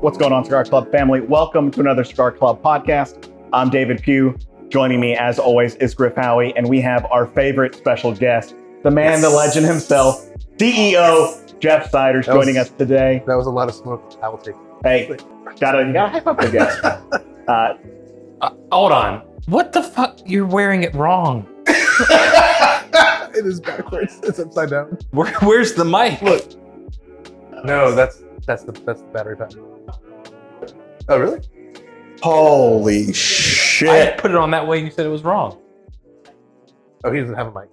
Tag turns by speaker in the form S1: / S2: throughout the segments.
S1: What's going on, Cigar Club family? Welcome to another Cigar Club podcast. I'm David Pugh. Joining me, as always, is Griff Howie, and we have our favorite special guest, the man, the legend himself, CEO Jeff Siders,
S2: That was-
S1: joining us today.
S2: That was a lot of smoke. I will take it.
S1: Hey, gotta you gotta hype up the guest. Uh,
S3: Uh, hold on. What the fuck? You're wearing it wrong.
S2: it is backwards. It's upside down.
S3: Where, where's the mic?
S2: Look. No, that's that's the that's the battery pack. Oh really?
S1: holy
S3: I
S1: shit!
S3: put it on that way and you said it was wrong.
S2: Oh, he doesn't have a mic.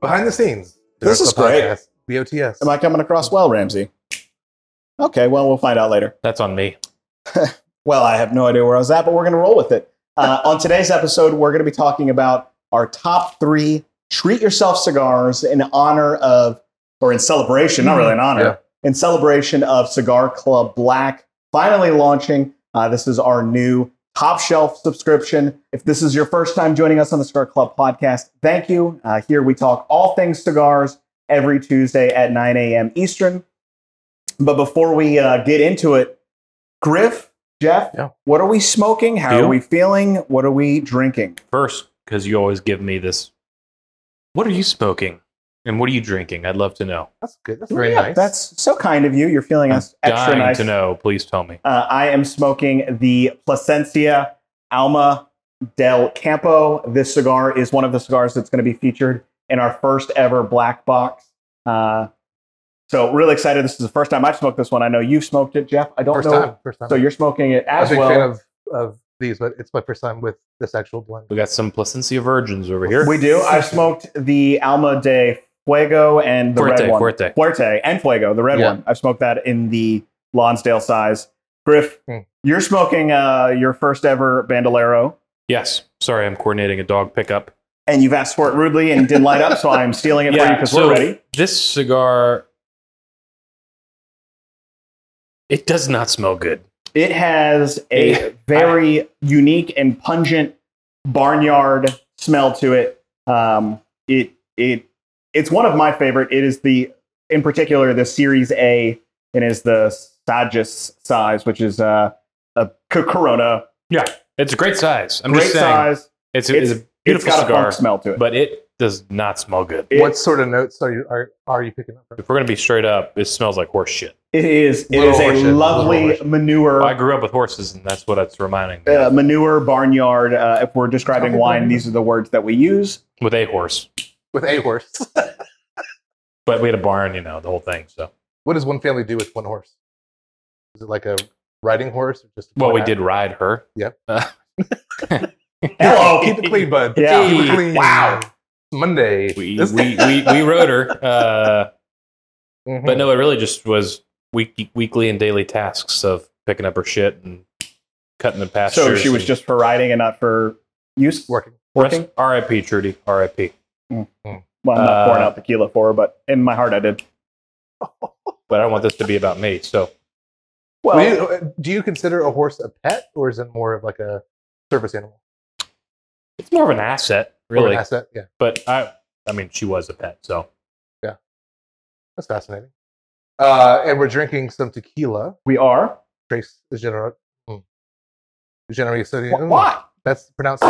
S2: Behind the scenes.
S1: This is great.
S2: The OTS.
S1: Am I coming across well, Ramsey? Okay, well we'll find out later.
S3: That's on me.
S1: Well, I have no idea where I was at, but we're going to roll with it. Uh, on today's episode, we're going to be talking about our top three treat yourself cigars in honor of, or in celebration, not really in honor,
S2: Yeah.
S1: in celebration of Cigar Club Black finally launching. Uh, this is our new top shelf subscription. If this is your first time joining us on the Cigar Club podcast, thank you. Uh, here we talk all things cigars every Tuesday at 9 a.m. Eastern. But before we uh, get into it, Griff, Jeff,
S2: Yeah.
S1: what are we smoking? How
S3: Deal.
S1: are we feeling? What are we drinking?
S3: First, because you always give me this. What are you smoking? And what are you drinking? I'd love to know.
S2: That's good. That's very
S1: Yeah,
S2: nice.
S1: That's so kind of you. You're feeling us extra
S3: Dying
S1: nice.
S3: to know. Please tell me.
S1: Uh, I am smoking the Placencia Alma del Campo. This cigar is one of the cigars that's going to be featured in our first ever black box. Uh, so really excited. This is the first time I've smoked this one. I know you've smoked it, Jeff. I don't
S2: first
S1: know.
S2: time. First time.
S1: So you're smoking it
S2: I'm a
S1: as
S2: big
S1: well.
S2: fan of, of these, but it's my first time with this actual blend.
S3: We got some Placencia virgins over here.
S1: We do. I've smoked the Alma de Fuego and the
S3: Fuerte,
S1: red one.
S3: Fuerte.
S1: Fuerte and Fuego, the red
S2: Yeah.
S1: one. I've smoked that in the Lonsdale size. Griff,
S2: Hmm.
S1: you're smoking uh, your first ever Bandolero,
S3: Yes. Sorry, I'm coordinating a dog pickup.
S1: and you've asked for it rudely and did light up, so I'm stealing it for you because
S3: so
S1: we're ready.
S3: This cigar. It does not smell good.
S1: It has a very unique and pungent barnyard smell to it. Um, it it it's one of my favorite. It is the in particular the Series A and is the Sages size, which is uh, a C- Corona,
S3: It's a great size. I'm
S1: great
S3: just saying.
S1: size.
S3: It's, it's,
S1: It's-
S3: a beautiful
S1: it's got a
S3: cigar,
S1: funk smell to it.
S3: but it does not smell good.
S1: It-
S2: what sort of notes are you are, are you picking up?
S3: If we're gonna be straight up, it smells like horse shit.
S1: It is. It
S2: Little
S1: is a
S2: horses, little
S1: lovely
S2: horses.
S1: manure,
S3: Well, I grew up with horses, and that's what it's reminding me.
S1: uh,
S3: of.
S1: manure barnyard. Uh, if we're describing
S2: Okay,
S1: wine,
S2: barnyard.
S1: these are the words that we use.
S3: with a horse,
S2: With a horse.
S3: but we had a barn, you know, the whole thing. So,
S2: what does one family do with one horse? Is it like a riding horse? Or just
S3: well, we
S2: one-
S3: did ride her.
S1: Hello,
S2: Keep it clean, bud.
S1: Yeah.
S2: Keep it clean.
S3: Wow.
S2: Monday.
S3: We we, we, we rode her, uh,
S1: Mm-hmm.
S2: Mhm.
S3: but no, it really just was week, weekly and daily tasks of picking up her shit and cutting the pastures.
S1: So she was
S3: and
S1: just for riding and not for use.
S2: working.
S3: rest-
S1: working?
S3: R.I.P. Trudy. R.I.P.
S1: Well, I'm not pouring
S3: Uh,
S1: out tequila for her, but in my heart I did.
S3: But I don't want this to be about me. So
S1: Well,
S2: Would you- uh, do you, consider a horse a pet, or is it more of like a service animal?
S3: it's more of an asset,
S2: Or an
S3: really.
S2: asset? Yeah,
S3: But I, I mean, she was a pet, so
S2: that's fascinating. Uh, and we're drinking some tequila.
S1: we are.
S2: Trace Genera. Mm. Generoso-
S1: Wh- Why?
S2: That's pronounced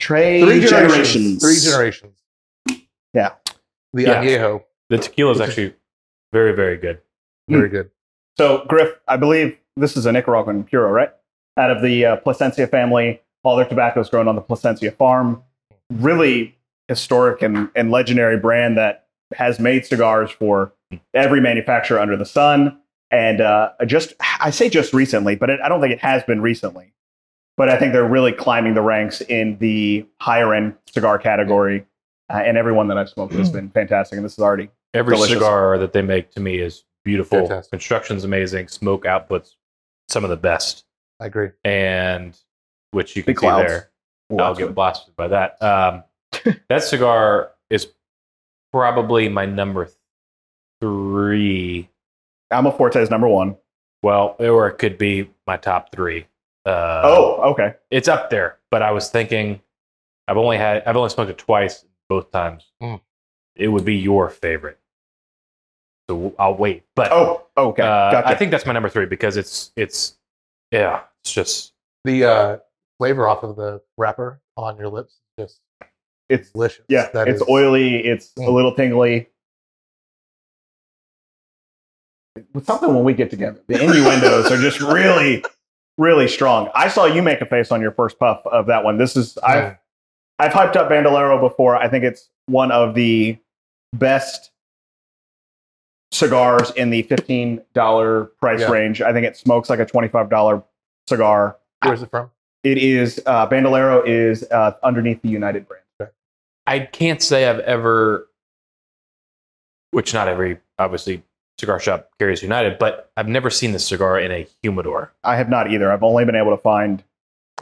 S1: Trade
S2: three generations.
S1: generations.
S2: Three generations.
S1: Yeah.
S2: The
S3: Yeah.
S2: añejo,
S3: the tequila is actually very, very good.
S1: Hmm.
S2: very good.
S1: So, Griff, I believe this is a Nicaraguan Puro, right? Out of the uh, Placencia family. All their tobacco is grown on the Placencia farm. Really historic and, and legendary brand that has made cigars for every manufacturer under the sun. And uh, just, I say just recently, but it, I don't think it has been recently. But I think they're really climbing the ranks in the higher end cigar category. Uh, and everyone that I've smoked has been fantastic. And this is already
S3: Every
S1: Delicious.
S3: cigar that they make to me is beautiful.
S2: Fantastic.
S3: Construction's amazing. Smoke outputs some of the best,
S2: I agree.
S3: and which you can
S1: Big
S3: see
S1: clouds.
S3: there. I'll get blasted by that. Um, that cigar is probably my number three.
S1: Alma Forte is number one.
S3: Well, or it could be my top three. Uh,
S1: oh, okay.
S3: it's up there. But I was thinking, I've only had, I've only smoked it twice. Both times,
S2: Mm.
S3: it would be your favorite. So I'll wait. But
S1: Oh, okay.
S3: uh,
S1: gotcha.
S3: I think that's my number three because it's it's yeah, it's just
S2: The uh, flavor off of the wrapper on your lips is just
S1: it's
S2: delicious.
S1: yeah,
S2: That
S1: it's
S2: is-
S1: oily. It's a
S2: Mm.
S1: little tingly. It's something when we get together. The innuendos are just really, really strong. I saw you make a face on your first puff of that one. This is I've
S2: Mm.
S1: I've hyped up Bandolero before. I think it's one of the best cigars in the fifteen dollar price
S2: Yeah.
S1: range. I think it smokes like a twenty five dollar cigar.
S2: Where's it from?
S1: It is uh, Bandolero is uh, underneath the United brand.
S3: I can't say I've ever, which not every obviously cigar shop carries United, but I've never seen this cigar in a humidor.
S1: I have not either. I've only been able to find.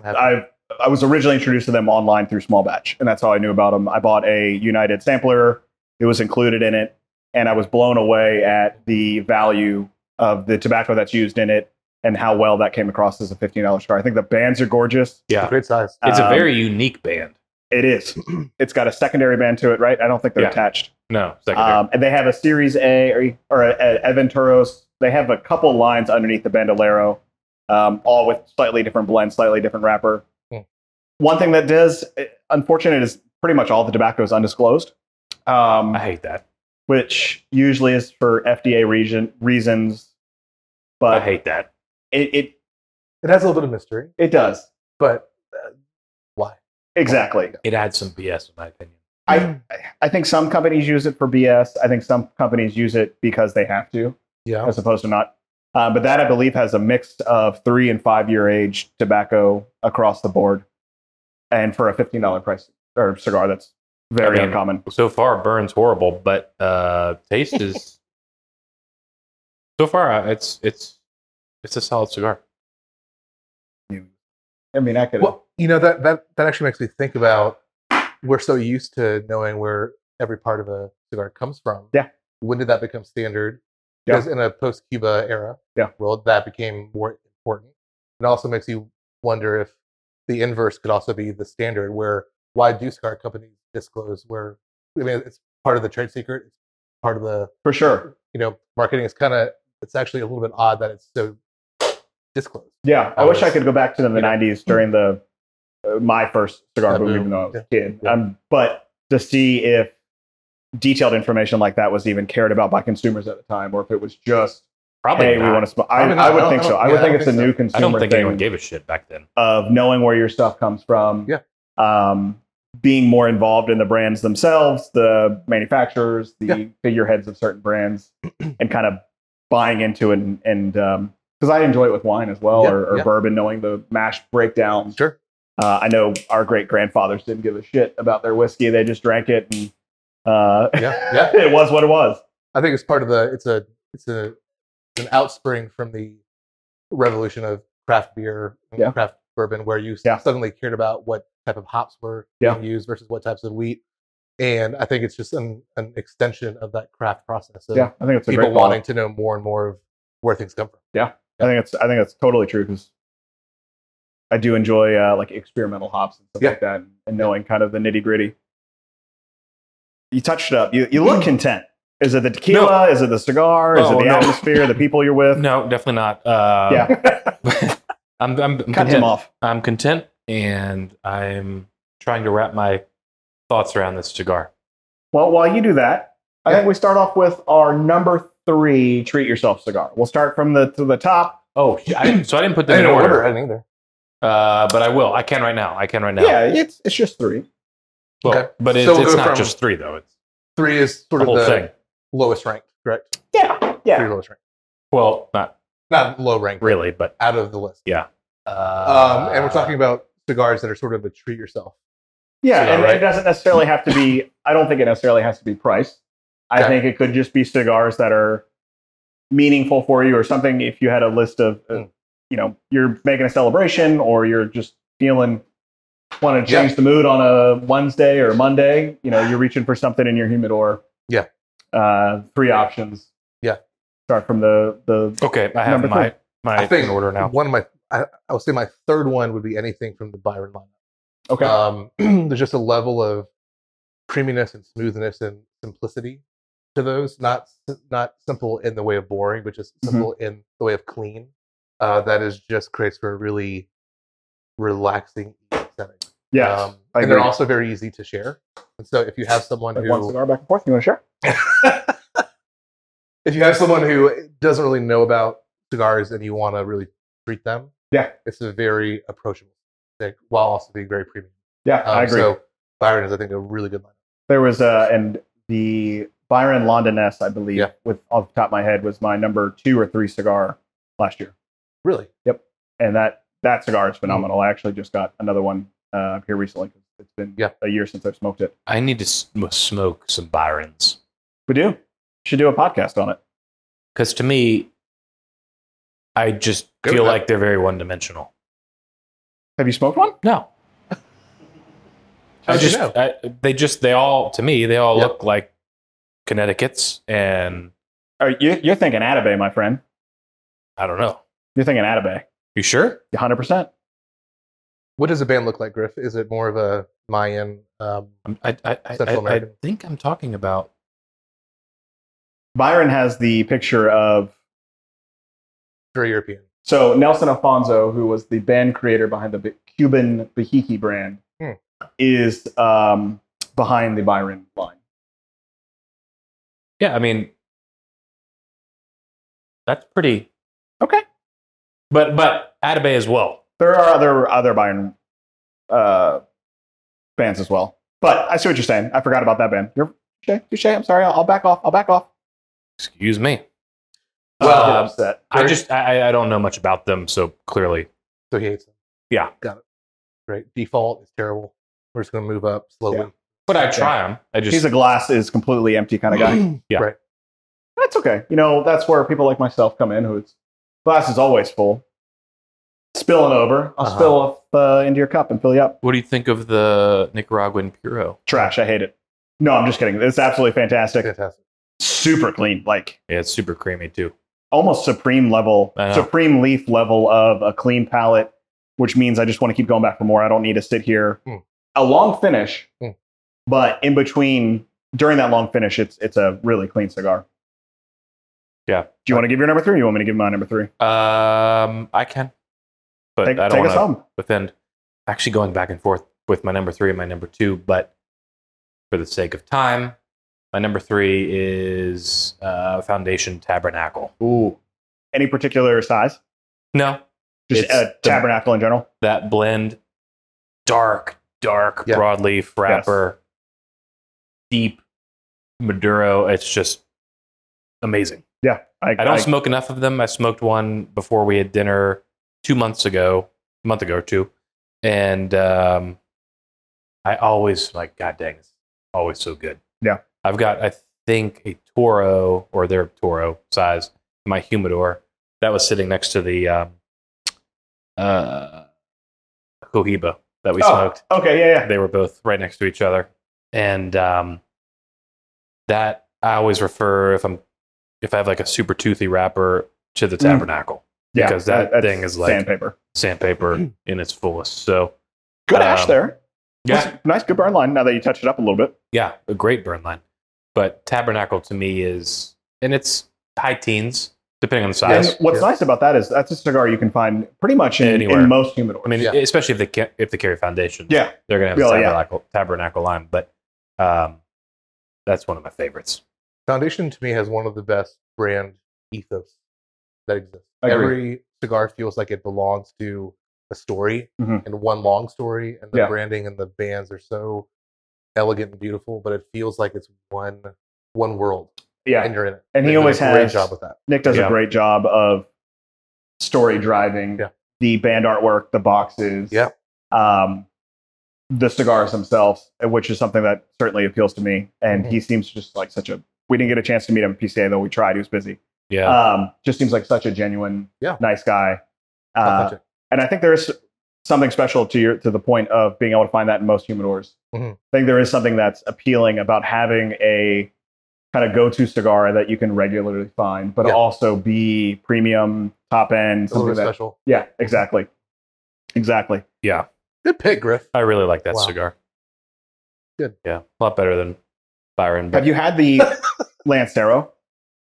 S1: I I was originally introduced to them online through small batch, and that's how I knew about them. I bought a United sampler. It was included in it, and I was blown away at the value of the tobacco that's used in it and how well that came across as a fifteen dollar cigar. I think the bands are gorgeous.
S3: Yeah,
S2: Great size.
S3: it's a
S1: Um,
S3: very unique band.
S1: It is. It's got a secondary band to it, right? I don't think they're
S3: Yeah.
S1: attached.
S3: No, secondary.
S1: Um, and they have a Series A or, or a, a Aventuros. They have a couple lines underneath the Bandolero, um, all with slightly different blend, slightly different wrapper.
S2: Hmm.
S1: One thing that does, eh, unfortunate, is pretty much all the tobacco is undisclosed, um,
S3: I hate that.
S1: which usually is for FDA region, reasons.
S3: I
S1: But
S3: hate that.
S1: it, it
S2: It has a little bit of mystery,
S1: it does
S2: but uh, why?
S1: exactly.
S3: It adds some BS in my opinion.
S2: Mm.
S1: I I think some companies use it for BS. I think some companies use it because they have to.
S2: Yeah.
S1: as opposed to not. Uh, but that I believe has a mix of three and five year age tobacco across the board, and for a fifteen dollar price or cigar, that's very
S3: I mean-
S1: uncommon.
S3: So far, burns horrible, but uh, taste is. so far, uh, it's it's it's a solid cigar.
S1: I mean, I could.
S2: Well, you know that that that actually makes me think about we're so used to knowing where every part of a cigar comes from.
S1: Yeah.
S2: When did that become standard?
S1: Yeah.
S2: Because in a post-Cuba era
S1: Yeah.
S2: world, that became more important. It also makes you wonder if the inverse could also be the standard, where why do cigar companies disclose where? I mean, it's part of the trade secret. It's part of the
S1: for sure.
S2: you know marketing. It's kind of it's actually a little bit odd that it's so disclosed.
S1: Yeah, I wish I
S2: Always.
S1: could go back to the
S2: You know.
S1: '90s during the uh, my first cigar
S2: That
S1: boom,
S2: boom.
S1: even though I was a kid.
S2: Yeah.
S1: Um, but to see if detailed information like that was even cared about by consumers at the time, or if it was just
S3: Probably.
S1: hey,
S3: not.
S1: we want to smoke. I,
S2: Probably not.
S1: I would
S2: I don't-
S1: think
S2: I
S1: so.
S2: don't-
S1: I would
S2: yeah,
S1: think
S2: I
S1: it's
S2: don't
S1: a
S2: think
S1: new
S2: so.
S1: consumer
S3: I don't think
S1: thing.
S3: anyone gave a shit back then.
S1: of knowing where your stuff comes from.
S2: Yeah.
S1: Um, being more involved in the brands themselves, the manufacturers, the
S2: Yeah.
S1: figureheads of certain brands, and kind of buying into it. And because I enjoy it with wine as well,
S2: Yeah,
S1: or, or
S2: yeah.
S1: bourbon, knowing the mash breakdown.
S2: Sure.
S1: Uh, I know our great grandfathers didn't give a shit about their whiskey; they just drank it, and uh,
S2: Yeah, yeah.
S1: it was what it was.
S2: I think it's part of the it's a it's a it's an outspring from the revolution of craft beer and
S1: Yeah.
S2: craft bourbon where you
S1: Yeah.
S2: suddenly cared about what type of hops were
S1: Yeah.
S2: being used versus what types of wheat. And I think it's just an, an extension of that craft process of
S1: Yeah, I think it's a
S2: people
S1: great call.
S2: wanting to know more and more of where things come from.
S1: I think it's I think it's totally true because I do enjoy uh, like experimental hops and stuff
S2: Yeah.
S1: like that, and, knowing kind of the nitty gritty. You touched it up. You you look content. Is it the tequila? Is it the cigar? Is
S3: Mm. Oh,
S1: it the
S3: no.
S1: atmosphere? The people you're with?
S3: No, definitely not. Uh,
S1: yeah,
S3: I'm, I'm, I'm
S1: cut
S3: content.
S1: him off.
S3: I'm content, and I'm trying to wrap my thoughts around this cigar.
S1: Well, while you do that, I
S2: Yeah.
S1: think we start off with our number three treat yourself cigar. We'll start from the to the top.
S3: Oh, sh- I, so I didn't put
S2: I
S3: them in
S2: didn't
S3: order,
S2: order. I didn't either.
S3: Uh, but I will. I can right now. I can right now.
S1: Yeah, it's it's just three.
S3: Well,
S2: Okay.
S3: But
S2: So
S3: it's,
S2: we'll
S3: it's
S2: go
S3: not
S2: from-
S3: just three though. It's
S2: Three is sort
S3: the
S2: of
S3: whole
S2: the
S3: thing.
S2: lowest ranked, correct?
S1: Yeah,
S2: Three
S1: yeah.
S2: lowest ranked.
S3: Well, not
S2: Not low ranked,
S3: really, but
S2: out of the list.
S3: uh,
S2: Um, and we're talking about cigars that are sort of a treat yourself.
S1: Yeah,
S3: Yeah,
S1: and
S3: right.
S1: it doesn't necessarily have to be. I don't think it necessarily has to be price. I
S2: Okay.
S1: think it could just be cigars that are meaningful for you, or something. If you had a list of, uh,
S2: Mm.
S1: you know, you're making a celebration, or you're just feeling want to
S2: Yeah.
S1: change the mood on a Wednesday or Monday. You know, you're reaching for something in your humidor.
S2: Yeah.
S1: Uh, three options.
S2: Yeah.
S1: Start from the the
S3: Okay, I have
S1: Number
S3: my
S1: three.
S3: my
S2: I think
S3: in order now.
S2: One of my, I, I would say my third one would be anything from the Byron lineup.
S1: okay.
S2: Um, there's just a level of creaminess and smoothness and simplicity to those. Not not simple in the way of boring, but just
S1: Mhm.
S2: simple in the way of clean. Uh, that is just creates for a really relaxing setting.
S1: Yeah.
S2: um,
S1: I
S2: and they're
S1: agree.
S2: also very easy to share. And so if you have someone
S1: Like
S2: who
S1: one cigar back and forth. You want to share?
S2: if you have someone who doesn't really know about cigars and you want to really treat them,
S1: Yeah.
S2: it's a very approachable stick while also being very premium.
S1: Yeah, I
S2: Um,
S1: agree.
S2: So Byron is, I think, a really good line.
S1: there was uh and the Byron Londoness, I believe,
S2: Yeah.
S1: with off the top of my head, was my number two or three cigar last year,
S2: Really,
S1: and that that cigar
S2: Mm-hmm.
S1: is phenomenal. I actually just got another one uh, here recently. It's been
S2: Yeah.
S1: a year since I've smoked it.
S3: I need to sm- smoke some Byrons
S1: We do should do a podcast on it.
S3: because to me, I just
S2: Good
S3: feel
S2: enough.
S3: like they're very one dimensional.
S1: Have you smoked one?
S3: No, I
S2: How'd you
S3: just
S2: know?
S3: I, they just they all to me they all
S2: Yep.
S3: look like Connecticut's and
S1: Or uh, you, you're thinking Atabey, my friend.
S3: I don't know.
S1: You're thinking Atabey.
S3: You sure?
S1: 100. percent
S2: what does a band look like, Griff? Is it more of a Mayan? Um,
S3: I'm- I I, I,
S2: Central
S3: I, I
S2: American.
S3: think I'm talking about
S1: Byron has the picture of
S2: very European.
S1: So Nelson Alfonso, who was the band creator behind the B- Cuban Bahiki brand,
S2: Hmm.
S1: is um, behind the Byron line.
S3: yeah. I mean, that's pretty
S1: Okay.
S3: But but Atabey as well.
S1: There are other other Byron uh, bands as well, but I see what you're saying. I forgot about that band. You're touche, touche. I'm sorry. I'll, I'll back off. I'll back off.
S3: Excuse me.
S2: Well,
S1: Uh,
S3: Uh,
S1: upset.
S3: I
S2: Very-
S3: just I, I- I don't know much about them, so clearly
S2: So he hates them.
S3: Yeah.
S2: got it. Great default is terrible. We're just going to move up slowly.
S1: Yeah.
S3: But I try them. I just
S1: He's a glass is completely empty kind of guy. that's okay. You know, that's where people like myself come in. Who it's glass is always full, spilling over. I'll
S2: Uh-huh.
S1: spill off, uh, into your cup and fill you up.
S3: what do you think of the Nicaraguan Puro?
S1: trash. I hate it. No, I'm just kidding. It's absolutely fantastic.
S2: Fantastic.
S1: Super clean, like
S3: Yeah, it's super creamy too.
S1: almost supreme level,
S3: I know.
S1: supreme leaf level of a clean palette, which means I just want to keep going back for more. I don't need to sit here.
S2: Hmm.
S1: A long finish,
S2: Hmm.
S1: but in between, during that long finish, it's it's a really clean cigar.
S3: Yeah.
S1: Do you want to give your number three? Or you want me to give my number three?
S3: Um, I can, but
S1: Take,
S3: I
S1: take
S3: don't
S1: us
S3: want to
S1: home.
S3: offend. Actually, going back and forth with my number three and my number two, but for the sake of time, my number three is uh, Foundation Tabernacle.
S1: Ooh. Any particular size?
S3: No,
S1: Just
S3: It's
S1: a
S3: the-
S1: tabernacle in general.
S3: that blend, dark, dark
S2: Yeah.
S3: broadleaf wrapper, deep Maduro. It's just amazing.
S1: Yeah.
S3: I don't smoke enough of them. I smoked one before we had dinner two months ago, a month ago or two, and um, I always like, God dang, it's always so good.
S1: Yeah.
S3: I've got, I think, a Toro or their Toro size, in my humidor that was sitting next to the um, uh, Cohiba that we
S1: Oh.
S3: smoked
S1: Okay. Yeah. Yeah.
S3: they were both right next to each other and um, that i always refer if i'm if i have like a super toothy wrapper to the
S1: Mm.
S3: tabernacle
S1: Yeah,
S3: Because that
S1: that's
S3: thing is like-
S1: sandpaper.
S3: sandpaper in its fullest so
S1: Good ash
S3: Um,
S1: there.
S3: yeah
S1: Nice, nice, good burn line. Now that you touched it up a little bit,
S3: yeah a great burn line but tabernacle to me is and it's high teens depending on the size
S1: and what's
S2: Yeah.
S1: nice about that is that's a cigar you can find pretty much in,
S3: Anywhere.
S1: in most humidors.
S3: i mean
S2: Yeah.
S3: especially if they ca- if they carry foundation
S1: yeah,
S3: they're gonna have
S1: Oh,
S3: a
S1: yeah.
S3: tabernacle, tabernacle line but um, that's one of my favorites
S2: Foundation to me has one of the best brand ethos that exists.
S1: I agree.
S2: Every cigar feels like it belongs to a story
S1: Mhm.
S2: and one long story, and the
S1: Yeah.
S2: branding and the bands are so elegant and beautiful, but it feels like it's one one world,
S1: yeah.
S2: and you're in it.
S1: And he
S2: They did
S1: always
S2: a great
S1: has-
S2: job with that.
S1: Nick does a
S3: Yeah.
S1: great job of story driving
S2: Yeah.
S1: the band artwork, the boxes,
S2: Yeah.
S1: um, the cigars themselves, which is something that certainly appeals to me. And
S3: Mm-hmm.
S2: Mhm.
S1: he seems just like such a. We didn't get a chance to meet him at PCA though. We tried. He was busy.
S3: yeah
S1: Um, just seems like such a genuine,
S2: Yeah.
S1: nice guy. Uh,
S2: Authentic.
S1: and I think there is something special to your to the point of being able to find that in most humidors.
S2: Mhm.
S1: I think there is something that's appealing about having a kind of go-to cigar that you can regularly find, but
S2: Yeah.
S1: also be premium, top end,
S2: It's a little
S1: something
S2: bit
S1: that.
S2: special.
S1: Yeah, exactly, exactly.
S3: yeah
S2: Good pick, Griff.
S3: i really like that
S2: Wow.
S3: cigar Yeah, a lot better than Byron.
S1: Have you had the Lancero?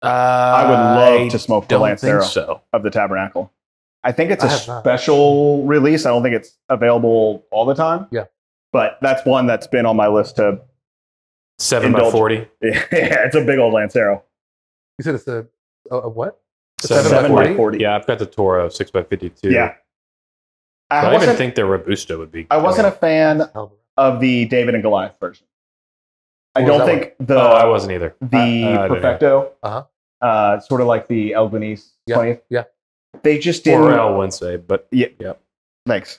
S3: Uh,
S1: I would love to smoke the
S3: Don't
S1: Lancero
S3: think so.
S1: of the Tabernacle. I think it's
S2: I
S1: a
S2: have not.
S1: special release. I don't think it's available all the time.
S2: Yeah.
S1: But that's one that's been on my list to.
S3: Seven by
S1: Indulge.
S3: forty.
S1: Yeah, it's a big old Lancero.
S2: You said it's a, a, a what? A
S3: Seven by
S1: Seven by
S3: 40?
S1: forty.
S3: Yeah, I've got the Toro six by fifty two.
S1: Yeah.
S3: So
S1: I
S3: I, even
S1: wasn't,
S3: think their Robusto would be.
S1: I wasn't a fan
S2: Hell,
S1: of the David and Goliath version. I
S2: What was
S1: don't
S2: that
S1: think the
S3: oh, I wasn't either.
S1: the
S3: I- I don't know.
S1: Perfecto,
S2: Uh-huh.
S1: uh, sort of like the Albanese
S2: Yeah,
S1: 20th.
S2: yeah.
S1: They just didn't.
S3: Or L Wednesday, but
S1: Thanks.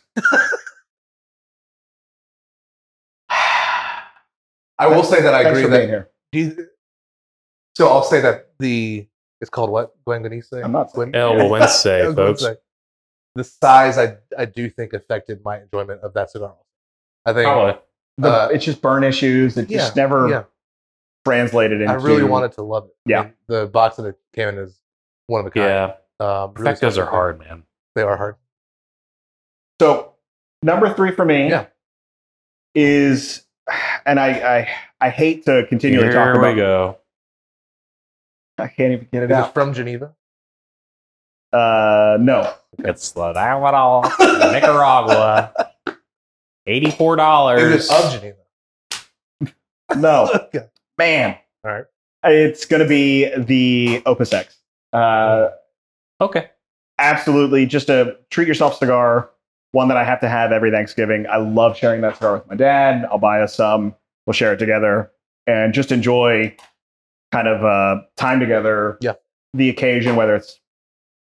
S1: I will say that I
S2: Thanks
S1: agree
S2: for
S1: that
S2: being Do you- so I'll say that the it's called what? Guanganese?
S1: I'm not-
S2: Gwen-
S3: L
S2: I
S3: Wednesday,
S2: was gonna
S3: folks.
S2: say, The size I I do think affected my enjoyment of that cigar. I think
S3: Probably.
S1: the,
S2: Uh,
S1: it's just burn issues. It just never
S2: yeah,
S1: translated into.
S2: I really wanted to love it. I
S1: Yeah.
S2: mean, the box that it came in is one of a kind.
S3: Yeah,
S2: Um, really
S3: Perfectos
S2: special
S3: are
S2: thing.
S3: hard, man.
S2: They are hard.
S1: So number three for me
S2: Yeah.
S1: is, and I, I I hate to continue to talk
S3: Here we
S1: about.
S3: go.
S1: I can't even get it
S2: Is
S1: out.
S2: it from Geneva?
S1: Uh, no,
S3: It's the Nicaragua, Nicaragua. Eighty-four dollars.
S2: Is it of Geneva?
S1: no,
S2: Okay.
S1: man.
S2: All right.
S1: It's gonna be the Opus X. Uh,
S3: Okay.
S1: absolutely just a treat yourself cigar one that i have to have every thanksgiving i love sharing that cigar with my dad i'll buy us some we'll share it together and just enjoy kind of uh, time together
S2: Yeah.
S1: the occasion whether it's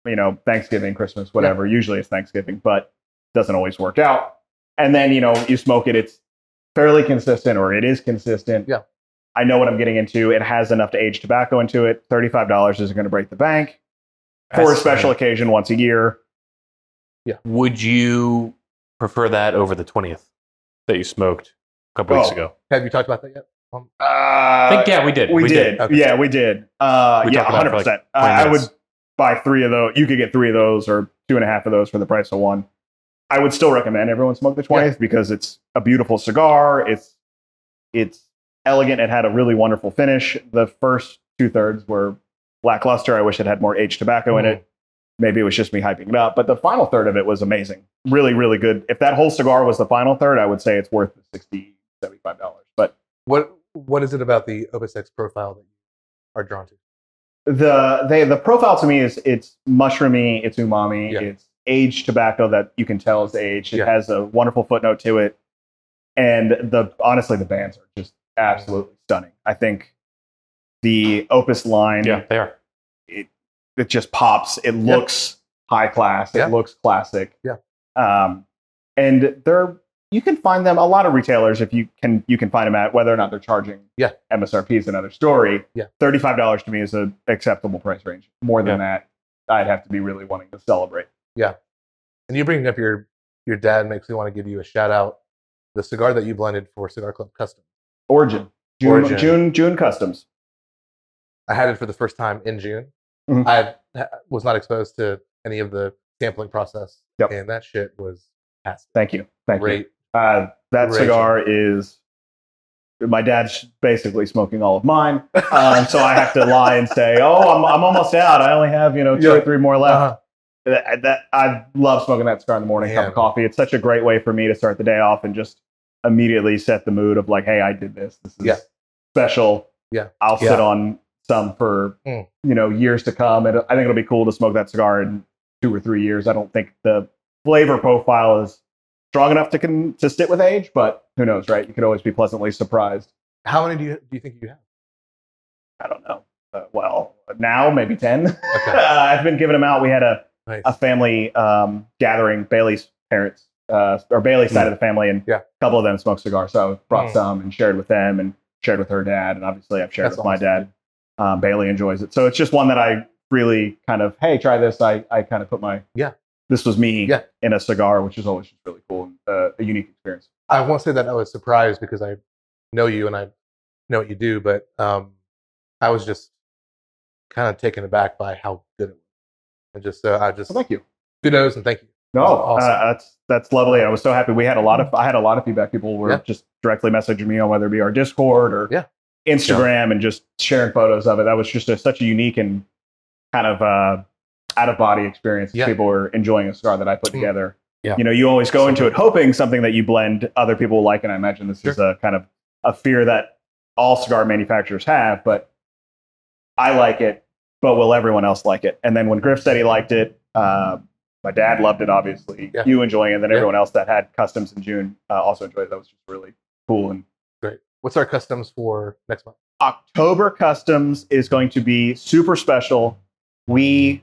S1: you know thanksgiving christmas whatever usually it's thanksgiving but doesn't always work out and then you know you smoke it it's fairly consistent or it is consistent
S2: Yeah.
S1: i know what i'm getting into it has enough to age tobacco into it $35 isn't going to break the bank for a
S3: That's
S1: special
S3: fine.
S1: occasion once a year.
S3: Would you prefer that over the twentieth that you smoked a couple weeks
S1: Oh.
S3: ago?
S2: Have you talked about that yet?
S1: Uh,
S3: I think yeah, we did.
S1: we, did.
S3: Um,
S2: Okay.
S1: Yeah, we did. Uh,
S3: We
S1: yeah,
S3: talked about it
S1: hundred
S3: for like
S1: percent.
S3: 20
S1: I I would
S3: minutes.
S1: buy three of those. You could get three of those or two and a half of those for the price of one. I would still recommend everyone smoke the twentieth because it's a beautiful cigar. It's it's elegant. It had a really wonderful finish. The first two thirds were lackluster. I wish it had more aged tobacco in
S2: Mm.
S3: Hmm.
S1: it. Maybe it was just me hyping it up, but the final third of it was amazing. Really, really good. If that whole cigar was the final third, I would say it's worth 60 75 dollars. But
S2: What What is it about the Opus X profile that you are drawn to?
S1: the they the profile to me is it's mushroomy, it's umami,
S2: Yeah.
S1: it's aged tobacco that you can tell is aged. It
S2: Yeah.
S1: has a wonderful footnote to it, and the honestly the bands are just absolutely stunning. I think the Opus line
S3: Yeah, they are.
S1: it just pops. It
S2: Yeah.
S1: looks high class.
S2: Yeah.
S1: It looks classic.
S2: Yeah.
S1: Um, and they're you can find them a lot of retailers if you can you can find them at whether or not they're charging
S2: Yeah.
S1: MSRP is another story.
S2: Yeah.
S1: Thirty five dollars to me is an acceptable price range. More than that, I'd have to be really wanting to celebrate.
S2: And you bringing up your your dad makes me want to give you a shout out. The cigar that you blended for Cigar Club Custom.
S1: Origin. June
S2: Origin.
S1: June June customs.
S2: I had it for the first time in June.
S1: Mhm.
S2: I ha- was not exposed to any of the sampling process,
S1: Yep.
S2: and that shit was fantastic.
S1: Thank you. Thank you.
S2: Great.
S1: Uh, that
S2: Raging.
S1: cigar is my dad's basically smoking all of mine, um, so I have to lie and say, "Oh, I'm, I'm almost out. I only have you know two or
S2: Yeah.
S1: three more left."
S2: Uh-huh.
S1: That, that- I love smoking that cigar in the morning, cup
S2: Man.
S1: of coffee. It's such a great way for me to start the day off and just immediately set the mood of like, "Hey, I did this. This is
S2: Yeah.
S1: special.
S2: Yeah.
S1: I'll
S3: Yeah.
S1: sit on some for
S2: Mm.
S1: you know years to come." And I think it'll be cool to smoke that cigar in two or three years. I don't think the flavor profile is strong enough to con- to sit with age, but who knows, right? You could always be pleasantly surprised.
S2: How many do you do you think you have?
S1: I don't know. Uh, well, now maybe ten.
S2: Okay.
S1: uh, I've been giving them out. We had a
S2: Nice.
S1: a family um, gathering. Bailey's parents uh, or Bailey's side of the family, and
S2: Yeah.
S1: a couple of them smoke cigars. So I brought
S2: Mm.
S1: some and shared with them, and shared with her dad, and obviously I've shared
S2: That's
S1: with my
S2: awesome.
S1: dad. Um, Bailey enjoys it, so it's just one that I really kind of hey, try this. I I kind of put my
S2: Yeah.
S1: This was me
S2: Yeah.
S1: in a cigar, which is always just really cool and uh, a unique experience.
S2: I won't say that I was surprised because I know you and I know what you do, but um, I was just kind of taken aback by how good it was, and just uh, I just
S1: So thank you.
S2: kudos and thank you.
S1: No,
S2: Awesome.
S1: uh, that's that's lovely. I was so happy. We had a lot of I had a lot of feedback. People were
S2: Yeah.
S1: just directly messaging me on whether it be our Discord or
S2: Yeah.
S1: Instagram and just sharing photos of it. That was just a, such a unique and kind of uh, out of body experience.
S2: Yeah.
S1: People were enjoying a cigar that I put
S2: Mm.
S1: together.
S3: Yeah.
S1: You know, you always go into it hoping something that you blend other people will like, and I imagine this is a kind of a fear that all cigar manufacturers have. But I like it, but will everyone else like it? And then when Griff said he liked it. Uh, my dad loved it, obviously.
S2: Yeah.
S1: You enjoying it, and then
S2: Yeah.
S1: everyone else that had customs in June uh, also enjoyed it. That was just really cool. And
S2: Great. What's our customs for next month?
S1: October customs is going to be super special. We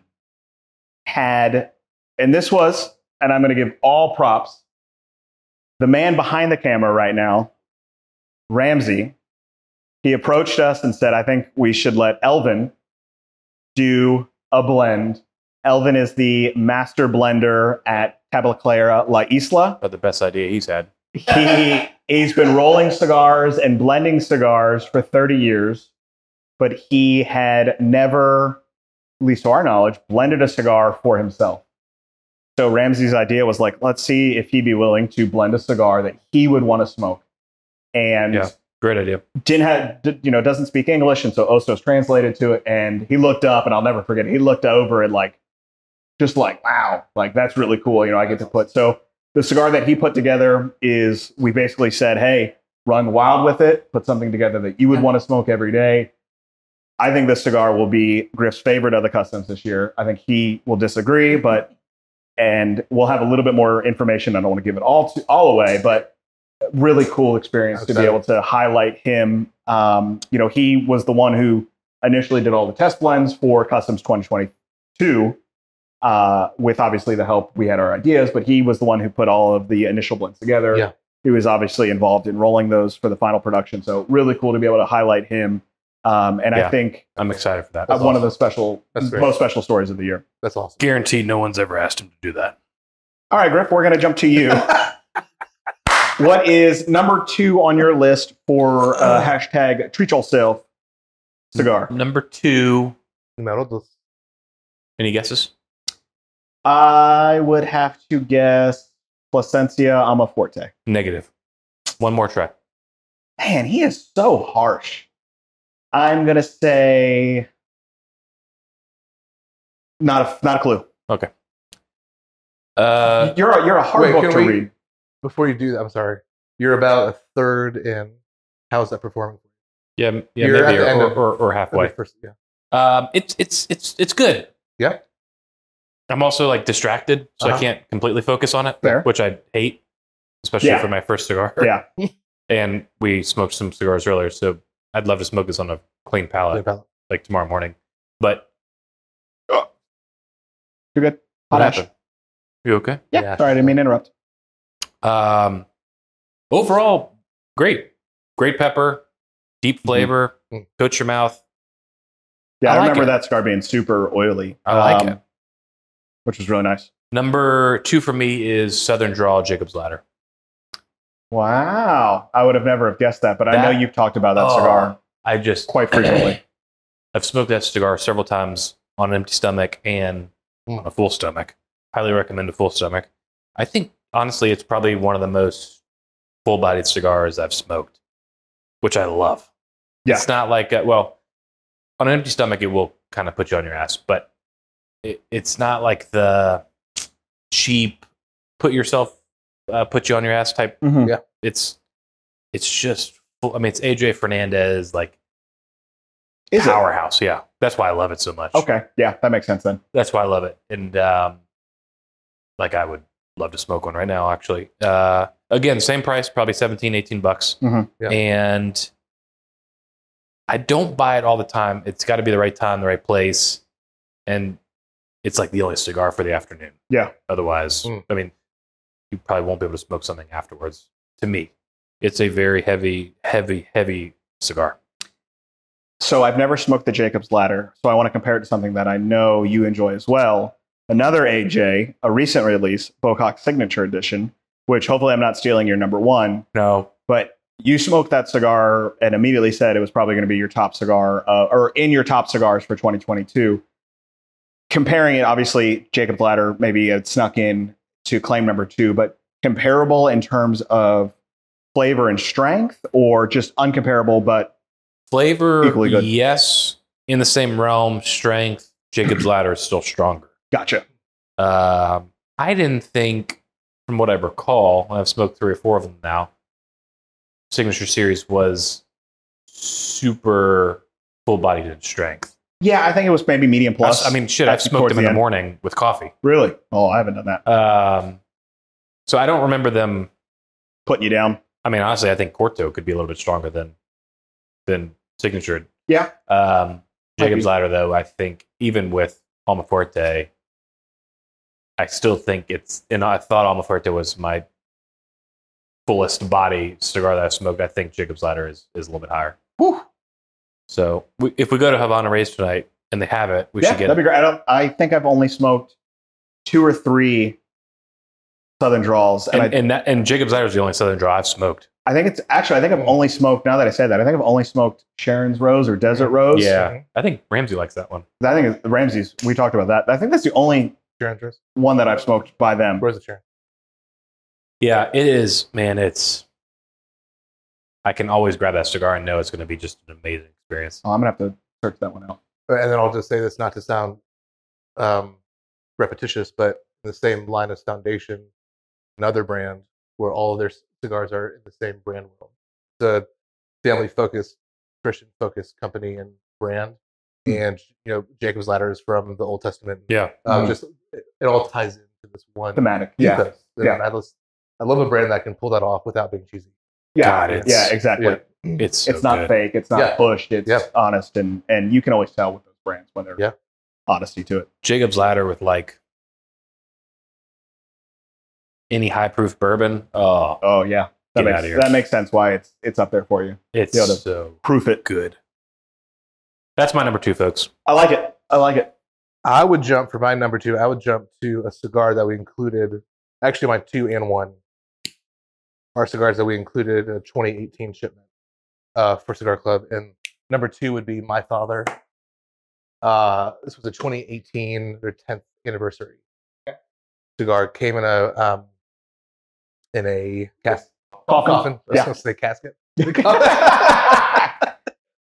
S1: had, and this was, and I'm going to give all props. The man behind the camera right now, Ramsey, he approached us and said, I think we should let Elvin do a blend. Elvin is the master blender at Tabacalera La Isla
S3: About the best idea he's had.
S1: he he's been rolling cigars and blending cigars for 30 years but he had never at least to our knowledge blended a cigar for himself so ramsey's idea was like let's see if he'd be willing to blend a cigar that he would want to smoke and
S3: Yeah. Great idea.
S1: didn't have d- you know doesn't speak english and so ostos translated to it and he looked up and i'll never forget it, he looked over and like just like wow like that's really cool you know i get to put so the cigar that he put together is we basically said hey run wild with it put something together that you would want to smoke every day i think this cigar will be griff's favorite of the customs this year i think he will disagree but and we'll have a little bit more information i don't want to give it all to, all away but really cool experience to be
S2: Outstanding.
S1: able to highlight him um, you know he was the one who initially did all the test blends for customs 2022 uh, with obviously the help we had our ideas, but he was the one who put all of the initial blends together.
S2: Yeah.
S1: He was obviously involved in rolling those for the final production. So really cool to be able to highlight him. Um, and I
S3: Yeah.
S1: think
S3: I'm excited for that.
S1: uh, one of the special,
S2: That's great.
S1: most special stories of the year.
S2: That's awesome.
S3: Guaranteed no one's ever asked him to do that.
S1: All right, Griff, we're going to jump to you. what is number two on your list for uh, hashtag treat yourself cigar?
S3: Number two.
S2: Metal dos-
S3: Any guesses?
S1: I would have to guess Placencia Amaforte.
S3: Negative. One more try.
S1: Man, he is so harsh. I'm gonna say not a not a clue.
S3: Uh,
S1: you're a, you're a hard
S2: Wait,
S1: book
S2: can
S1: to
S2: we-
S1: read.
S2: Before you do that, I'm sorry. You're about a third in. How's that performing?
S3: yeah, m- yeah,
S2: You're at
S3: maybe,
S2: the
S3: or,
S2: end
S3: or,
S2: of-
S3: or, or halfway.
S2: First, yeah.
S3: Um, it's it's it's it's good.
S2: Yeah.
S3: I'm also like distracted, so I
S2: Uh-huh.
S3: can't completely focus on it,
S1: Fair.
S3: which I hate, especially
S1: Yeah.
S3: for my first cigar.
S1: Yeah.
S3: and we smoked some cigars earlier, so I'd love to smoke this on a clean palate, like tomorrow morning. But
S1: You're good.
S3: what
S1: Hot ash.
S3: happened? You okay?
S1: Yeah.
S2: Yeah.
S1: Sorry, I didn't mean to interrupt.
S3: Um, overall, great, great pepper, deep
S1: Mm-hmm.
S3: flavor,
S2: Mhm.
S3: coats your mouth.
S1: Yeah,
S3: I
S1: I,
S3: like
S1: remember
S3: it.
S1: that cigar being super oily. Um,
S3: I like it.
S1: which was really nice.
S3: Number two for me is Southern Draw Jacob's Ladder.
S1: Wow, I would have never have guessed that, but I
S3: That-
S1: know you've talked about that
S3: Oh.
S1: cigar
S3: I just
S1: quite frequently.
S3: I've smoked that cigar several times on an empty stomach and
S1: Hmm.
S2: Mm.
S3: a full stomach. Highly recommend a full stomach. I think honestly, it's probably one of the most full-bodied cigars I've smoked, which I love.
S1: Yeah.
S3: It's not like uh well, on an empty stomach, it will kind of put you on your ass, but it, it's not like the cheap put yourself uh, put you on your ass type
S1: Mhm.
S3: it's it's just full- I mean it's AJ Fernandez like
S1: Is it?
S3: powerhouse. Yeah, that's why I love it so much.
S1: Okay, yeah, that makes sense then.
S3: that's why I love it, and um, like I would love to smoke one right now. Actually, uh, again, same price, probably 17, 18 bucks,
S1: Mhm.
S2: Yeah.
S3: and I don't buy it all the time. It's got to be the right time, the right place, and it's like the only cigar for the afternoon.
S1: Yeah.
S3: Otherwise,
S2: Mm.
S3: I mean, you probably won't be able to smoke something afterwards. To me, it's a very heavy, heavy, heavy cigar.
S1: So I've never smoked the Jacob's Ladder, so I want to compare it to something that I know you enjoy as well. Another AJ, a recent release, Bocock Signature Edition, which hopefully I'm not stealing your number one,
S3: No,
S1: but you smoked that cigar and immediately said it was probably going to be your top cigar uh, or in your top cigars for 2022. Comparing it, obviously, Jacob's Ladder, maybe it snuck in to claim number two, but comparable in terms of flavor and strength, or just uncomparable but
S3: Flavor,
S1: Equally good.
S3: yes, in the same realm. Strength, Jacob's Ladder is still stronger.
S1: gotcha.
S3: Um, I didn't think, from what I recall, and I've smoked three or four of them now. Signature series was super full bodied in strength.
S1: Yeah, I think it was maybe medium plus.
S3: Plus, I mean, shit, I've
S1: Actually,
S3: smoked
S1: towards
S3: them in
S1: the
S3: the
S1: end.
S3: morning with coffee.
S1: really? Oh, I haven't done that.
S3: Um, so I don't remember them.
S1: Putting you down.
S3: I mean, honestly, I think Corto could be a little bit stronger than than Signature.
S1: Yeah.
S3: Um,
S1: Agreed.
S3: Jacob's Ladder, though, I think even with Almaforte, I still think it's. And I thought Almaforte was my fullest body cigar that I've smoked. I think Jacob's Ladder is, is a little bit higher.
S1: Whew.
S3: So we, if we go to Havana Race tonight and they have it, we
S1: yeah,
S3: should get
S1: that'd
S3: it.
S1: be great. I don't. I think I've only smoked two or three Southern draws, and,
S3: and,
S1: I,
S3: and, that, and Jacob's Ladder is the only Southern Draw I've smoked.
S1: I think it's actually. I think I've only smoked. Now that I said that, I think I've only smoked Sharon's Rose or Desert Rose.
S2: Mm-hmm.
S3: Yeah. I think Ramsey likes that one.
S1: I think it's Ramsey's. We talked about that. I think that's the only
S2: Sharon's Rose.
S1: one that I've smoked by them.
S2: Rose of Sharon.
S3: Yeah, it is, man. It's. I can always grab that cigar and know it's going to be just an amazing experience.
S1: Oh, I'm gonna have to search that one out.
S2: Uh, And then I'll just say this not to sound um, repetitious, but in the same line as Foundation, another brand where all of their cigars are in the same brand world. It's a family focused, Christian focused company and brand.
S1: Hmm.
S2: And, you know, Jacob's Ladder is from the Old Testament.
S3: Yeah,
S2: Um,
S1: Mhm.
S2: Just it, it all ties into this one
S1: Thematic. Yeah.
S2: ethos. And
S1: Yeah.
S2: I, just, I love a brand that can pull that off without being cheesy.
S1: Yeah.
S3: God, it's-
S1: yeah. Exactly.
S2: Yeah.
S3: it's so
S1: it's not
S3: good.
S1: fake. It's not
S2: Yeah.
S1: pushed. It's
S2: Yeah.
S1: honest, and and you can always tell with those brands when there's
S2: Yeah.
S1: honesty to it.
S3: Jacob's Ladder with like any high proof bourbon. Oh,
S1: Oh yeah, that
S3: Get
S1: makes
S3: outta here.
S1: that makes sense. Why it's it's up there for you.
S3: it's
S1: Yeah, that's-
S3: so
S1: Proof it.
S3: good. That's my number two, folks.
S1: I like it. I like it.
S2: I would jump for my number two. I would jump to a cigar that we included. Actually, my two and one are cigars that we included in a 2018 shipment uh, for Cigar Club. And number two would be My Father. Uh, this was a 2018, their 10th anniversary cigar. Came in a um, in a cas-
S1: Coffin.
S2: I was
S1: Yeah.
S2: gonna say casket.
S1: All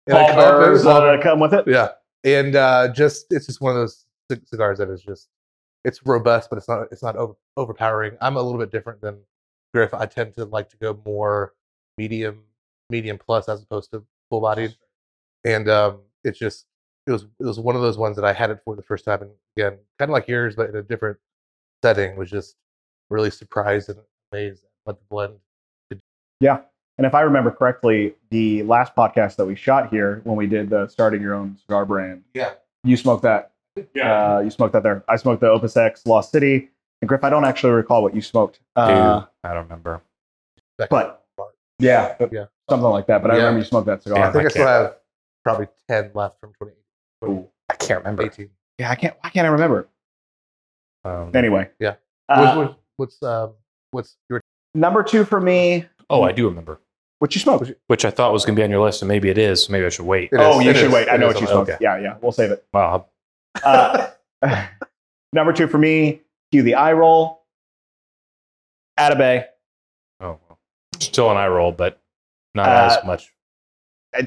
S2: In a coffin.
S1: bars that uh, come with it.
S2: Yeah, and uh, just it's just one of those c- cigars that is just it's robust, but it's not it's not over, overpowering. I'm a little bit different than Griff. I tend to like to go more medium, medium plus as opposed to full bodied, and um, it's just it was it was one of those ones that I had it for the first time, and again, kind of like yours, but in a different setting. Was just really surprised and amazed at what the blend.
S1: And if I remember correctly, the last podcast that we shot here when we did the starting your own cigar brand,
S2: Yeah,
S1: you smoked that. Uh, you smoked that there. I smoked the Opus X Lost City. And Griff, I don't actually recall what you smoked.
S3: Dude,
S1: Uh,
S3: I don't remember.
S1: but yeah, but-
S2: Yeah.
S1: something like that. But I
S2: Yeah.
S1: remember you smoked that cigar.
S2: I think I,
S3: I
S2: still
S3: can't-
S2: have probably ten left from 2018.
S1: Ooh.
S3: I can't remember.
S1: Yeah, I can't. Why can't I remember?
S3: Um,
S1: Anyway,
S2: Yeah.
S1: Uh,
S2: What's- what's what's um what's your
S1: number two for me.
S3: oh, I do remember.
S1: What you smoked?
S3: Which I thought was going to be on your list, and maybe it is. So maybe I should wait.
S2: It
S1: oh,
S2: is-
S1: you
S2: it
S1: should
S2: is-
S1: wait. I
S2: it
S1: know
S2: is
S1: what you
S2: on
S1: smoked.
S3: the- okay.
S1: Yeah, yeah. We'll save it.
S3: Wow,
S1: Uh, number two for me. Cue the eye roll. Atabey.
S3: Oh, well. still an eye roll, but not
S1: Uh,
S3: as much.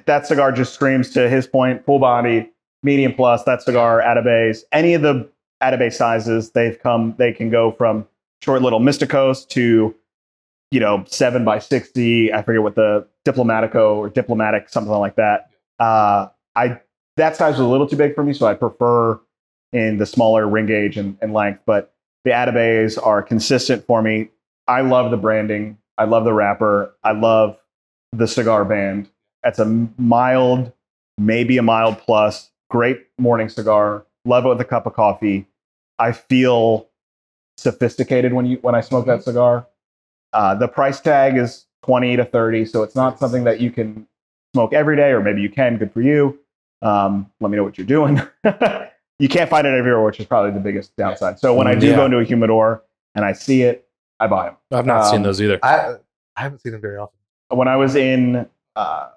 S1: that cigar just screams to his point full body medium plus that cigar atabays any of the atabay sizes they've come they can go from short little mysticos to you know 7 by 60 i forget what the diplomatico or diplomatic something like that uh i that size was a little too big for me so i prefer in the smaller ring gauge and, and length but the atabays are consistent for me i love the branding i love the wrapper i love the cigar band that's a mild, maybe a mild plus. Great morning cigar. Love it with a cup of coffee. I feel sophisticated when you when I smoke
S3: Mm-hmm.
S1: that cigar. Uh, the price tag is twenty to thirty, so it's not something that you can smoke every day, or maybe you can. Good for you. Um, let me know what you're doing. you can't find it everywhere, which is probably the biggest downside. So when I do
S3: Yeah.
S1: go into a humidor and I see it, I buy them
S3: I've not
S1: um,
S3: seen those either.
S2: I I haven't seen him very often.
S1: when I was in uh,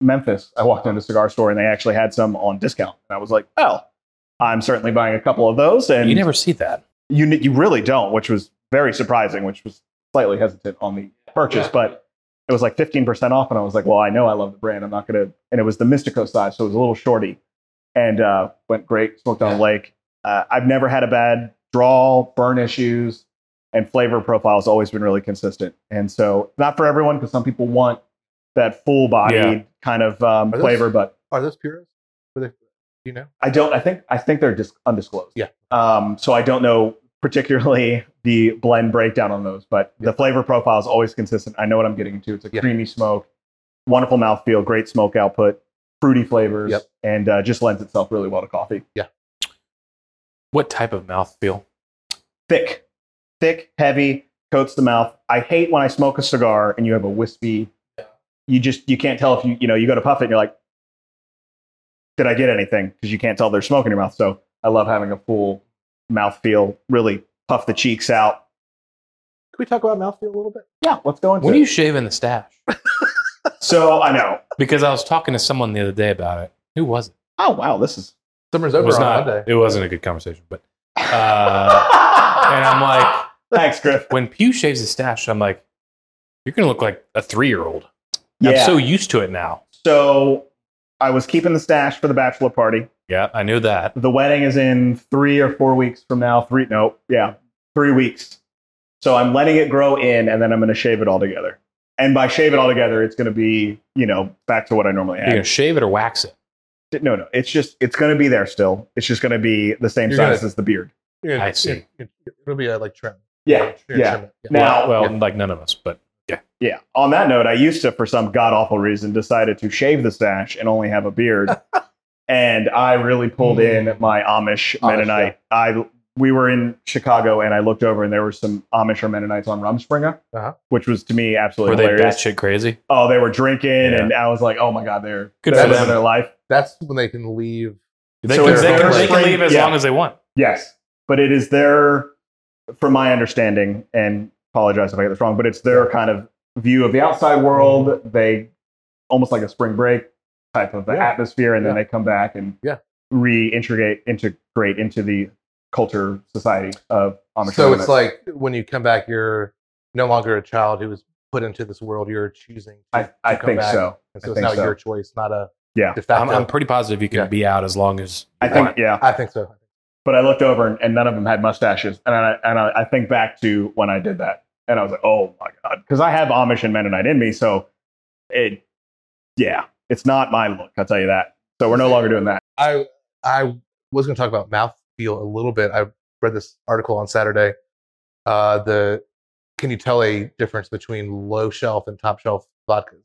S1: Memphis, I walked into a cigar store and they actually had some on discount. And I was like, oh, I'm certainly buying a couple of those. And
S3: you never see that.
S1: you, you really don't, which was very surprising, which was slightly hesitant on the purchase,
S3: Yeah.
S1: but it was like 15% off. And I was like, well, I know I love the brand. I'm not going to. And it was the Mystico size, so it was a little shorty and uh, went great. Smoked on
S2: Yeah.
S1: the lake. Uh, I've never had a bad draw, burn issues, and flavor profile has always been really consistent. And so, not for everyone, because some people want that full bodied
S3: Yeah.
S1: kind of um,
S2: those-
S1: flavor, but
S2: Are those puros? Were they, do you know?
S1: I don't. I think I think they're dis- undisclosed.
S2: Yeah.
S1: Um. So I don't know particularly the blend breakdown on those, but
S2: Yeah.
S1: the flavor profile is always consistent. I know what I'm getting into. It's a
S2: Yeah.
S1: creamy smoke, wonderful mouthfeel, great smoke output, fruity flavors,
S2: Yep.
S1: and uh, just lends itself really well to coffee.
S3: What type of mouthfeel?
S1: Thick, thick, heavy, coats the mouth. I hate when I smoke a cigar and you have a wispy. You just you can't tell if you you know you go to puff it and you're like, did I get anything? Because you can't tell there's smoke in your mouth. So I love having a full mouth feel. Really puff the cheeks out.
S2: Can we talk about mouthfeel a little bit?
S1: Yeah, let's go into
S3: When are
S1: it.
S3: you shaving the stash?
S1: so I know.
S3: Because I was talking to someone the other day about it. Who was it?
S1: Oh wow, this is.
S2: Summer's
S3: it
S2: over
S3: was
S2: on
S3: not.
S2: Monday.
S3: It wasn't a good conversation, but uh, and I'm like,
S1: Thanks, Griff.
S3: when Pew shaves his stash, I'm like, you're gonna look like a three year old. I'm
S1: Yeah.
S3: so
S1: So-,
S3: used to it now.
S1: I was keeping the stash for the bachelor party.
S3: Yeah, I knew that.
S1: The wedding is in three or four weeks from now. Three, no, yeah, three weeks. So I'm letting it grow in, and then I'm going to shave it all together. And by shave it all together, it's going to be, you know, back to what I normally
S3: You're gonna
S1: have.
S3: shave it or wax it.
S1: No, no, it's just it's going to be there still. It's just going to be the same
S2: You're
S1: size
S2: gonna-
S1: as the beard.
S2: You're gonna-
S3: I see.
S2: It, will be a like trim.
S1: Yeah,
S2: You're gonna
S1: yeah.
S2: trim it.
S1: Now-
S3: well, well, like none of us, but
S1: Yeah. On that note, I used to, for some god awful reason, decided to shave the stash and only have a beard. and I really pulled in my Amish,
S2: Amish,
S1: Mennonite. I we were in Chicago, and I looked over, and there were some Amish or Mennonites on Rumspringa,
S2: Uh-huh.
S1: which was to me
S3: were
S1: absolutely
S3: they
S1: hilarious.
S3: batshit crazy?
S1: oh, they were drinking,
S3: Yeah.
S1: and I was like, oh my god, they're
S3: Good
S1: they're
S2: for
S1: living
S3: them.
S1: their life.
S2: that's when they can leave.
S3: They,
S1: So
S3: can,
S2: it's
S3: they, can,
S2: their
S3: they can
S1: spring-
S3: leave as
S1: yeah.
S3: long as they want.
S1: Yes, but it is their, from my understanding, and apologize if I get this wrong, but it's their kind of view of the outside world. They almost like a spring break type of the
S2: Mm-hmm. Yeah.
S1: atmosphere, and then
S2: Yeah.
S1: they come back and
S2: Yeah.
S1: reintegrate, integrate into the culture, society of Amish.
S2: so
S1: Mennonites.
S2: it's like when you come back, you're no longer a child who was put into this world. You're choosing. To,
S1: I, I
S2: to come
S1: think
S2: back.
S1: so.
S2: And
S1: I
S2: so
S1: think
S2: it's now
S1: so.
S2: your choice, not a
S1: Yeah.
S2: de
S3: I'm,
S2: facto.
S3: I'm pretty positive you can
S2: Yeah.
S3: be out as long as
S1: I
S3: you
S1: think
S3: want.
S1: yeah,
S2: I think so.
S1: but I looked over and, and none of them had mustaches, and I and I, I think back to when I did that, and I was like, oh my god, because I have Amish and Mennonite in me, so it, yeah, it's not my look. I'll tell you that. So we're no longer doing that.
S2: I I was going to talk about mouthfeel a little bit. I read this article on Saturday. Uh, the can you tell a difference between low shelf and top shelf vodkas?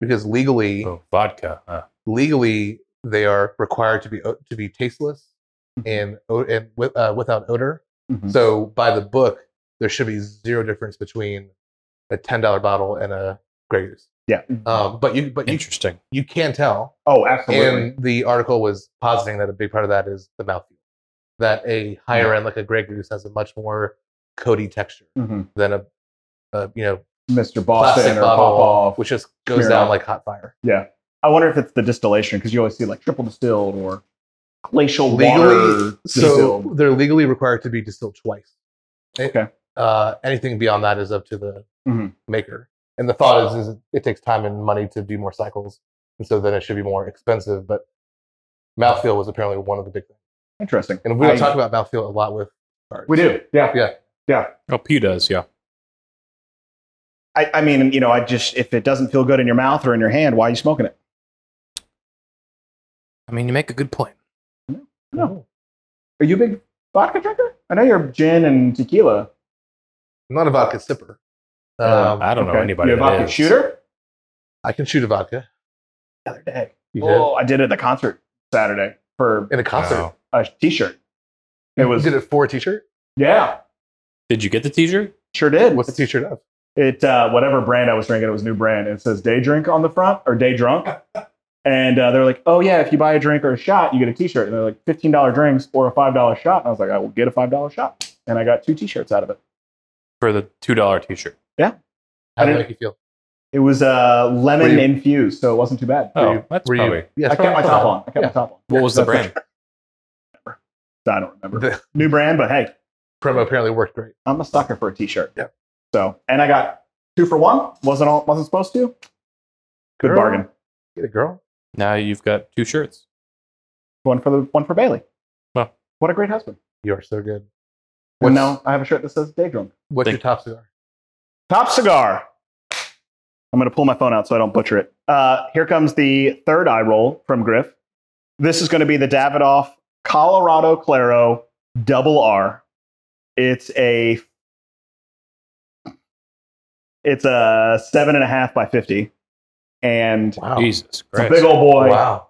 S2: Because legally,
S3: Oh, vodka. huh.
S2: legally they are required to be o- to be tasteless
S1: Mhm.
S2: and o- and with, uh, without odor.
S1: Mhm.
S2: So by the book, there should be zero difference between a ten dollar bottle and a Grey Goose.
S1: Yeah.
S2: Um, but you but you
S3: Interesting.
S2: you can tell
S1: Oh, absolutely.
S2: and the article was positing that a big part of that is the mouthfeel. That a higher end, like a Grey Goose, has a much more coaty texture
S1: Mhm.
S2: than a, a you know,
S1: Mr.
S2: plastic
S1: Boston or
S2: bottle,
S1: Pop Off.
S2: which just goes
S1: Smirnoff.
S2: down like hot fire.
S1: I wonder if it's the distillation because you always see like triple distilled or glacial water
S2: Legally, so
S1: distilled.
S2: they're legally required to be distilled twice. It-
S1: Okay.
S2: Uh, anything beyond that is up to the
S1: Mhm.
S2: maker. And the thought is, is, it takes time and money to do more cycles, and so then it should be more expensive. But mouthfeel was apparently one of the big things,
S1: Interesting.
S2: and we don't
S1: I-
S2: talk about mouthfeel a lot with. cigars.
S1: We do. Yeah.
S2: Yeah.
S1: Yeah.
S3: Oh, Pew does, yeah.
S1: I, I mean, you know, I just if it doesn't feel good in your mouth or in your hand, why are you smoking it?
S3: I mean, you make a good point.
S1: No. Are you a big vodka drinker? I know you're gin and tequila.
S2: I'm not a vodka sipper.
S1: Uh,
S2: Um,
S3: I don't know
S1: Okay.
S3: anybody
S1: You're a
S3: that
S1: vodka
S3: is.
S1: shooter?
S2: I can shoot a vodka.
S1: The other day.
S2: You did
S1: Oh, I did it at the concert Saturday for
S2: in a concert.
S3: Wow.
S1: a t-shirt. It was
S2: you did it for a t-shirt.
S1: yeah,
S3: Did you get the t-shirt?
S1: sure did.
S2: What's the t-shirt of?
S1: It uh, whatever brand I was drinking, it was new brand. It says day drink on the front or day drunk. And uh, they're like, oh yeah, if you buy a drink or a shot, you get a T-shirt. And they're like, fifteen dollar drinks or a five dollar shot. And I was like, I will get a five dollar shot. And I got two T-shirts out of it.
S3: For the $2 t-shirt.
S2: How
S1: I
S2: did it
S1: didn't-
S2: make you feel?
S1: It was uh, lemon
S2: Were you-
S1: infused, so it wasn't too bad.
S3: Oh,
S2: Were you-
S3: that's
S2: were you-
S3: probably...
S2: Yeah,
S1: I
S2: it's
S1: kept my
S2: probably
S1: top
S2: fine.
S1: on. I kept
S2: Yeah.
S1: my top on.
S3: What was the
S1: That's
S3: brand?
S1: I don't remember.
S2: The-
S1: New brand, but hey,
S2: promo apparently worked great.
S1: I'm a sucker for a T-shirt.
S2: Yep.
S1: So, and I got two for one. wasn't all, Wasn't supposed to. Good
S2: Girl.
S1: bargain.
S2: Get it, girl.
S3: Now you've got two shirts.
S1: One for the one for Bailey.
S3: Wow.
S1: what a great husband.
S2: You are so good.
S1: And
S2: What's-
S1: now I have a shirt that says Day Drunk.
S2: What's your
S3: Thank-
S2: top cigar?
S1: Top cigar. I'm going to pull my phone out so I don't butcher it. Uh, here comes the third eye roll from Griff. This is going to be the Davidoff Colorado Claro Double R. It's a it's a seven and a half by fifty, and
S2: Wow.
S3: Jesus
S1: Oh. it's a
S3: Christ.
S1: big old boy.
S2: Wow.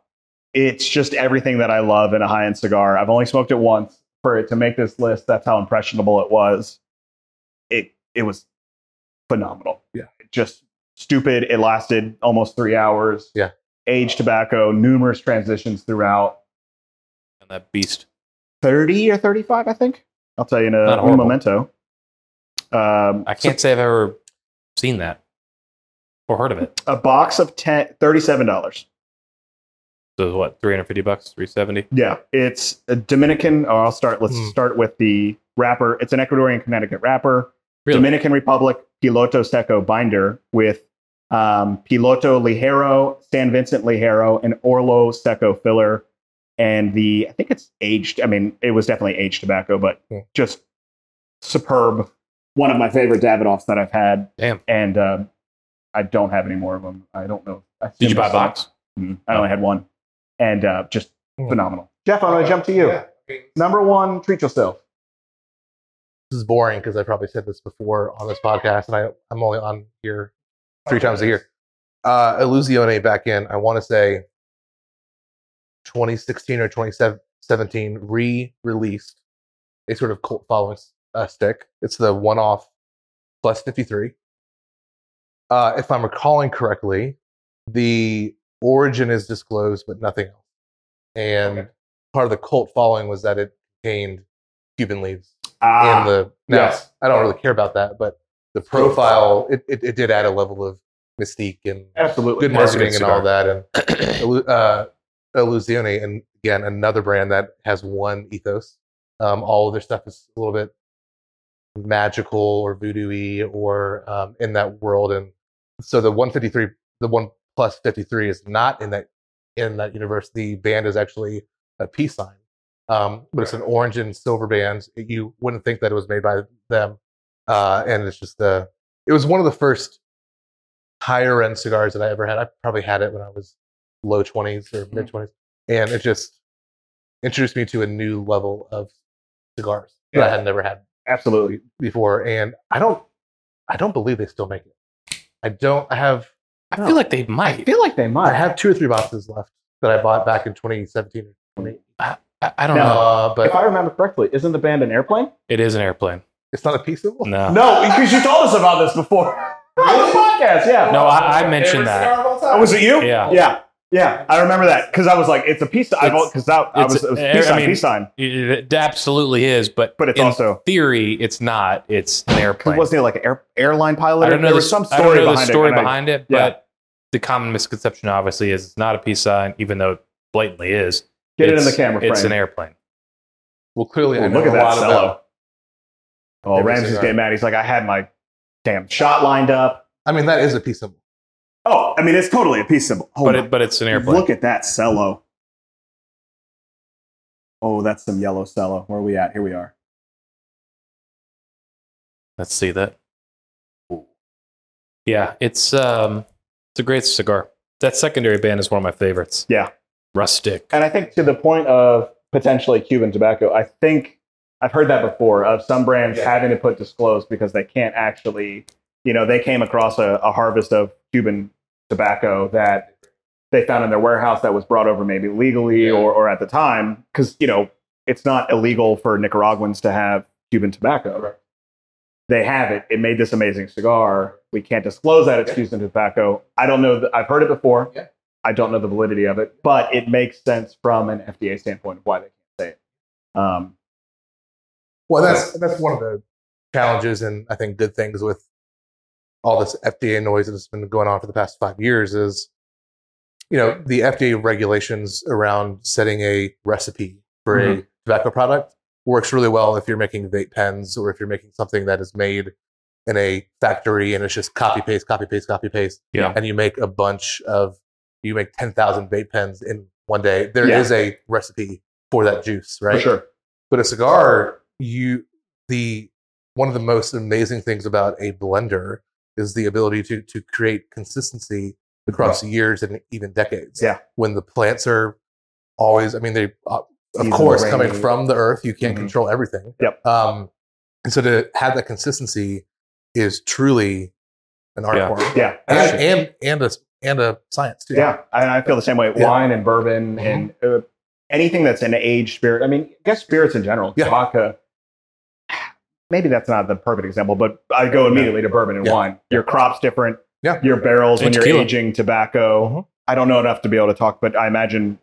S1: It's just everything that I love in a high end cigar. I've only smoked it once for it to make this list. That's how impressionable it was. It it was phenomenal.
S2: Yeah.
S1: Just stupid. It lasted almost three hours.
S2: Yeah.
S1: Aged tobacco, numerous transitions throughout.
S3: and that beast.
S1: 30 or 35, I think. I'll tell you in a,
S3: Not
S1: in a
S3: horrible.
S1: memento. Um,
S3: I can't say I've ever seen that or heard of it.
S1: so a box of 10, $37.
S3: So what, 350 bucks, 370?
S1: Yeah, it's a Dominican. Oh, I'll start. Let's
S2: Hmm.
S1: start with the wrapper. It's an Ecuadorian Connecticut wrapper.
S3: Really?
S1: Dominican Republic Piloto Seco binder with um, Piloto Ligero, San Vincent Ligero, and Orlo Seco filler. And the, I think it's aged. I mean, it was definitely aged tobacco, but
S2: Hmm.
S1: just superb. One of my favorite Davidoffs that I've had.
S3: Damn.
S1: And um, I don't have any more of them. I don't know. I
S3: Did you buy a
S1: assume-
S3: box?
S1: Mhm. I only had one, and uh, just
S2: Hmm.
S1: phenomenal. Jeff, I'm going to jump to you.
S2: Yeah. Okay.
S1: Number one, treat yourself.
S2: This is boring because I probably said this before on this podcast, and I, I'm only on here three times a year. Uh, Illusione back in, I want to say 2016 or 2017, re released a sort of cult following uh, stick. It's the one off plus 53. Uh, if I'm recalling correctly, the origin is disclosed, but nothing else. And part of the cult following was that it contained Cuban leaves
S3: Ah.
S2: in the now,
S1: Ah, yes.
S2: I don't really care about that, but the profile it, it, it did add a level of mystique and
S1: absolutely.
S2: good
S3: Yeah, it's a
S2: marketing
S3: good
S2: and all that and Illu- uh Illusione and again another brand that has one ethos. Um, all of their stuff is a little bit magical or voodoo-y or um, in that world and so the 153 the one plus 53 is not in that in that universe the band is actually a peace sign um, but it's an orange and silver band you wouldn't think that it was made by them uh, and it's just the it was one of the first higher end cigars that i ever had i probably had it when i was low 20s
S3: Hmm.
S2: or mid 20s and it just introduced me to a new level of cigars that i
S1: Yeah.
S2: had never had
S1: Absolutely.
S2: before and i don't i don't believe they still make it i don't i have
S3: I feel like they might.
S1: I feel like they might.
S2: I have two or three boxes left that I bought back in 2017 or 20.
S3: I, I don't
S1: No.
S3: know.
S2: Uh,
S1: if I
S2: but
S1: remember correctly, isn't the band an airplane?
S3: It is an airplane.
S2: it's not a piece of
S3: No.
S1: No, because you told us about this before on the podcast. Yeah.
S3: No, I, I mentioned that.
S1: Oh, was it you?
S3: Yeah.
S1: Yeah. Yeah. I remember that because I was like, it's a peace sign.
S3: It's-
S1: Because that I
S3: it's-
S1: was, it was
S3: I
S1: peace sign,
S3: mean-
S1: peace sign.
S3: It, it absolutely is, but
S1: But it's
S3: in
S1: also
S3: theory, it's not. It's an airplane.
S1: wasn't it like an air, airline pilot?
S3: I
S1: or-
S3: don't know.
S1: there
S3: the,
S1: was some
S3: I don't
S1: story
S3: know the
S1: behind
S3: story
S1: it. and I-
S3: behind it,
S1: yeah.
S3: but the common misconception obviously is it's not a peace sign, even though it blatantly is.
S1: get it in
S3: It's-
S1: the camera.
S3: It's
S1: frame.
S3: an airplane.
S2: Well, clearly,
S1: Ooh,
S2: I know
S1: look
S2: a
S1: at that
S2: lot
S1: cello.
S2: about.
S1: Oh,
S2: Every
S1: Ramsey's
S2: cigar.
S1: getting mad. He's like, I had my damn shot lined up.
S2: I mean, that is a piece symbol.
S1: Oh, I mean, it's totally a peace symbol. Oh
S3: but
S1: my
S3: it, but it's an airplane.
S1: Look at that cello. Oh, that's some yellow cello. Where are we at? Here we are.
S3: Let's see that. Yeah, it's um, it's a great cigar. That secondary band is one of my favorites.
S1: Yeah.
S3: rustic.
S1: And I think to the point of potentially Cuban tobacco, I think I've heard that before of some brands
S2: Yeah.
S1: having to put disclosed because they can't actually, you know, they came across a, a harvest of Cuban tobacco that they found in their warehouse that was brought over maybe legally
S2: Yeah.
S1: or, or at the time because, you know, it's not illegal for Nicaraguans to have Cuban tobacco. They have it. It made this amazing cigar. We can't disclose that it's
S2: Yeah.
S1: Cuban tobacco. I don't know. Th- I've heard it before.
S2: Yeah.
S1: I don't know the validity of it, but it makes sense from an FDA standpoint of why they can't say it. Um,
S2: Well, that's that's one of the challenges, and I think good things with all this FDA noise that's been going on for the past five years is, you know,
S1: Mm-hmm.
S2: the FDA regulations around setting a recipe for a tobacco product works really well if you're making vape pens or if you're making something that is made in a factory and it's just copy paste, copy paste, copy paste.
S3: Yeah.
S2: And you make a bunch of, you make 10,000 vape pens in one day. There is
S1: Yeah.
S2: a recipe for that juice, right?
S1: For sure.
S2: But a cigar, you the one of the most amazing things about a blender is the ability to to create consistency across years and even decades.
S1: Yeah.
S2: When the plants are always, I mean, they uh, of
S1: Seasonal,
S2: course coming
S1: rainy.
S2: from the earth, you can't
S1: Mhm.
S2: control everything.
S1: Yep.
S2: Um, and so to have that consistency is truly an art
S3: Yeah.
S2: form,
S1: Yeah.
S2: and, and and a and a science too.
S1: Yeah, and I feel the same way.
S2: Yeah.
S1: Wine and bourbon
S2: Mhm.
S1: and uh, anything that's an aged spirit. I mean, I guess spirits in general.
S2: Yeah.
S1: Vodka. Maybe that's not the perfect example, but I go immediately to bourbon and
S2: Yeah.
S1: wine. Your crop's different.
S2: Yeah.
S1: Your barrels
S3: And
S1: when you're
S3: tequila.
S1: aging tobacco.
S2: Mhm.
S1: I don't know enough to be able to talk, but I imagine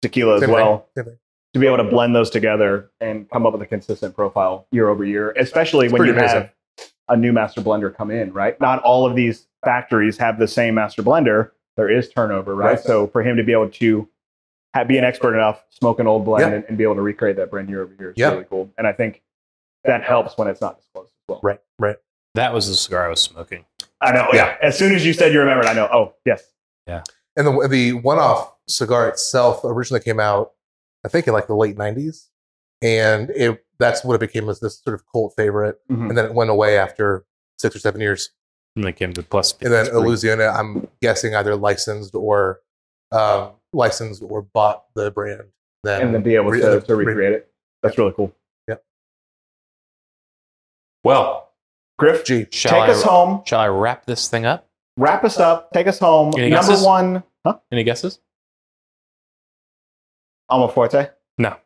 S1: tequila as
S2: Same thing,
S1: well.
S2: same thing.
S1: To be able to blend those together and come up with a consistent profile year over year, especially when you
S2: pretty amazing.
S1: have a new master blender come in, right? Not all of these factories have the same master blender there is turnover, right?
S2: Right.
S1: So for him to be able to ha be an expert enough, smoke an old blend,
S2: Yeah.
S1: and, and be able to recreate that brand year over year is
S2: Yeah.
S1: really cool. And I think that helps when it's not disclosed as well.
S2: Right, right.
S3: That was the cigar I was smoking.
S1: I know. Yeah. As soon as you said you remembered, I know. Oh, yes.
S2: And the the one-off cigar itself originally came out, I think, in like the late '90s, and it that's what it became as this sort of cult favorite.
S1: Mhm.
S2: And then it went away after six or seven years.
S3: And then came to plus.
S2: And then
S3: 53.
S2: Louisiana, I'm guessing either licensed or um, licensed or bought the brand. Then
S1: And then be able
S2: re-
S1: to, to
S2: re-
S1: recreate it. That's really cool.
S3: well,
S1: Griff,
S2: Gee,
S3: shall
S1: take
S3: I,
S1: us home.
S3: Shall I wrap this thing up?
S1: Wrap us up. Take us home.
S3: Any
S1: Number
S3: guesses?
S1: one, huh?
S3: Any guesses?
S1: Alma Forte?
S3: No.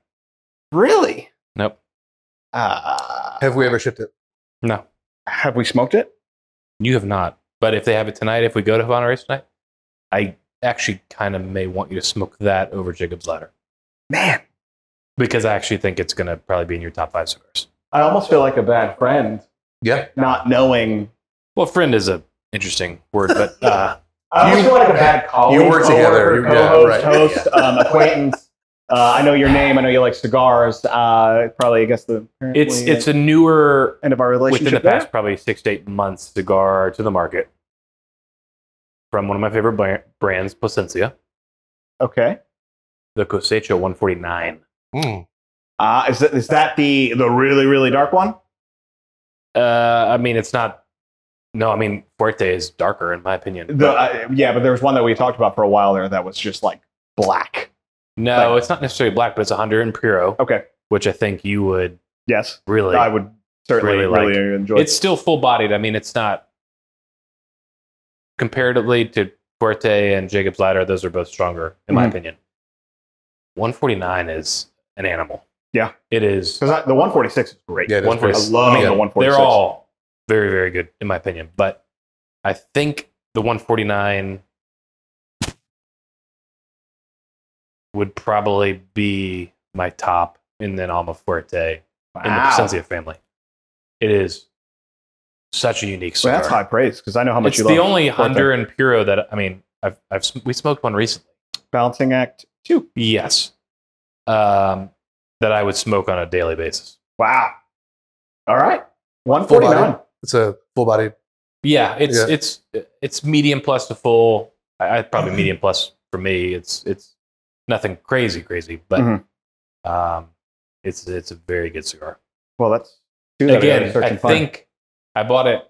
S1: Really?
S3: Nope.
S1: Uh,
S2: have we ever shipped it?
S3: No,
S1: have we smoked it?
S3: you have not. But if they have it tonight, if we go to Havana Race tonight, I actually kind of may want you to smoke that over Jacob's Ladder
S1: Man,
S3: because I actually think it's going to probably be in your top five cigars.
S1: I almost feel like a bad friend
S2: Yeah,
S1: not knowing
S3: Well, friend is a interesting word, but uh,
S1: I always
S2: You-
S1: feel like a bad colleague.
S2: you work
S1: coworker,
S2: together, you- yeah,
S1: co-host,
S2: right.
S1: host, um, acquaintance. Uh, I know your name. I know you like cigars. Uh, probably, I guess the
S3: it's
S1: apparently
S3: it's a newer
S1: end of our relationship.
S3: within the
S1: there.
S3: past probably six to eight months cigar to the market from one of my favorite bra- brands, Placencia,
S1: Okay.
S3: the Cosecho 149.
S2: Mm.
S1: Uh, is that is that the the really really dark one?
S3: Uh, I mean, it's not. No, I mean Fuerte is darker in my opinion.
S1: The uh, yeah, but there was one that we talked about for a while there that was just like black.
S3: no, it's not necessarily black, but it's a Honduran and Puro,
S1: Okay.
S3: which I think you would
S1: Yes,
S3: really.
S1: I would certainly
S3: Really
S1: really,
S3: like-
S1: enjoy.
S3: it's still full bodied. I mean, it's not comparatively to Fuerte and Jacob's Ladder. Those are both stronger in my
S1: Mhm.
S3: opinion. 149 is an animal.
S1: Yeah.
S3: it is.
S1: because the 146 is great.
S2: Yeah, it is
S1: I
S2: great.
S1: love
S2: I
S3: mean,
S1: the 146.
S3: They're all very, very good in my opinion. But I think the 149 would probably be my top, and then Alma Fuerte in the
S1: Wow.
S3: Placencia family. It is such a unique
S1: Well,
S3: cigar.
S1: that's high praise because I know how much
S3: it's
S1: you
S3: the
S1: love
S3: only
S1: Fuerte.
S3: Honduran Puro that I mean. I've, I've sm- we smoked one recently.
S1: balancing act two.
S3: Yes, um, that I would smoke on a daily basis.
S1: Wow. All right.
S2: Full
S1: 149.
S2: body. It's a full-bodied.
S3: Yeah, it's
S2: Yeah.
S3: it's it's medium plus to full. I, I probably medium plus for me. It's it's nothing crazy crazy, but
S1: Mhm.
S3: um, it's it's a very good cigar.
S1: Well, that's two that gotta
S3: Again,
S1: search
S3: I
S1: and find.
S3: think I bought it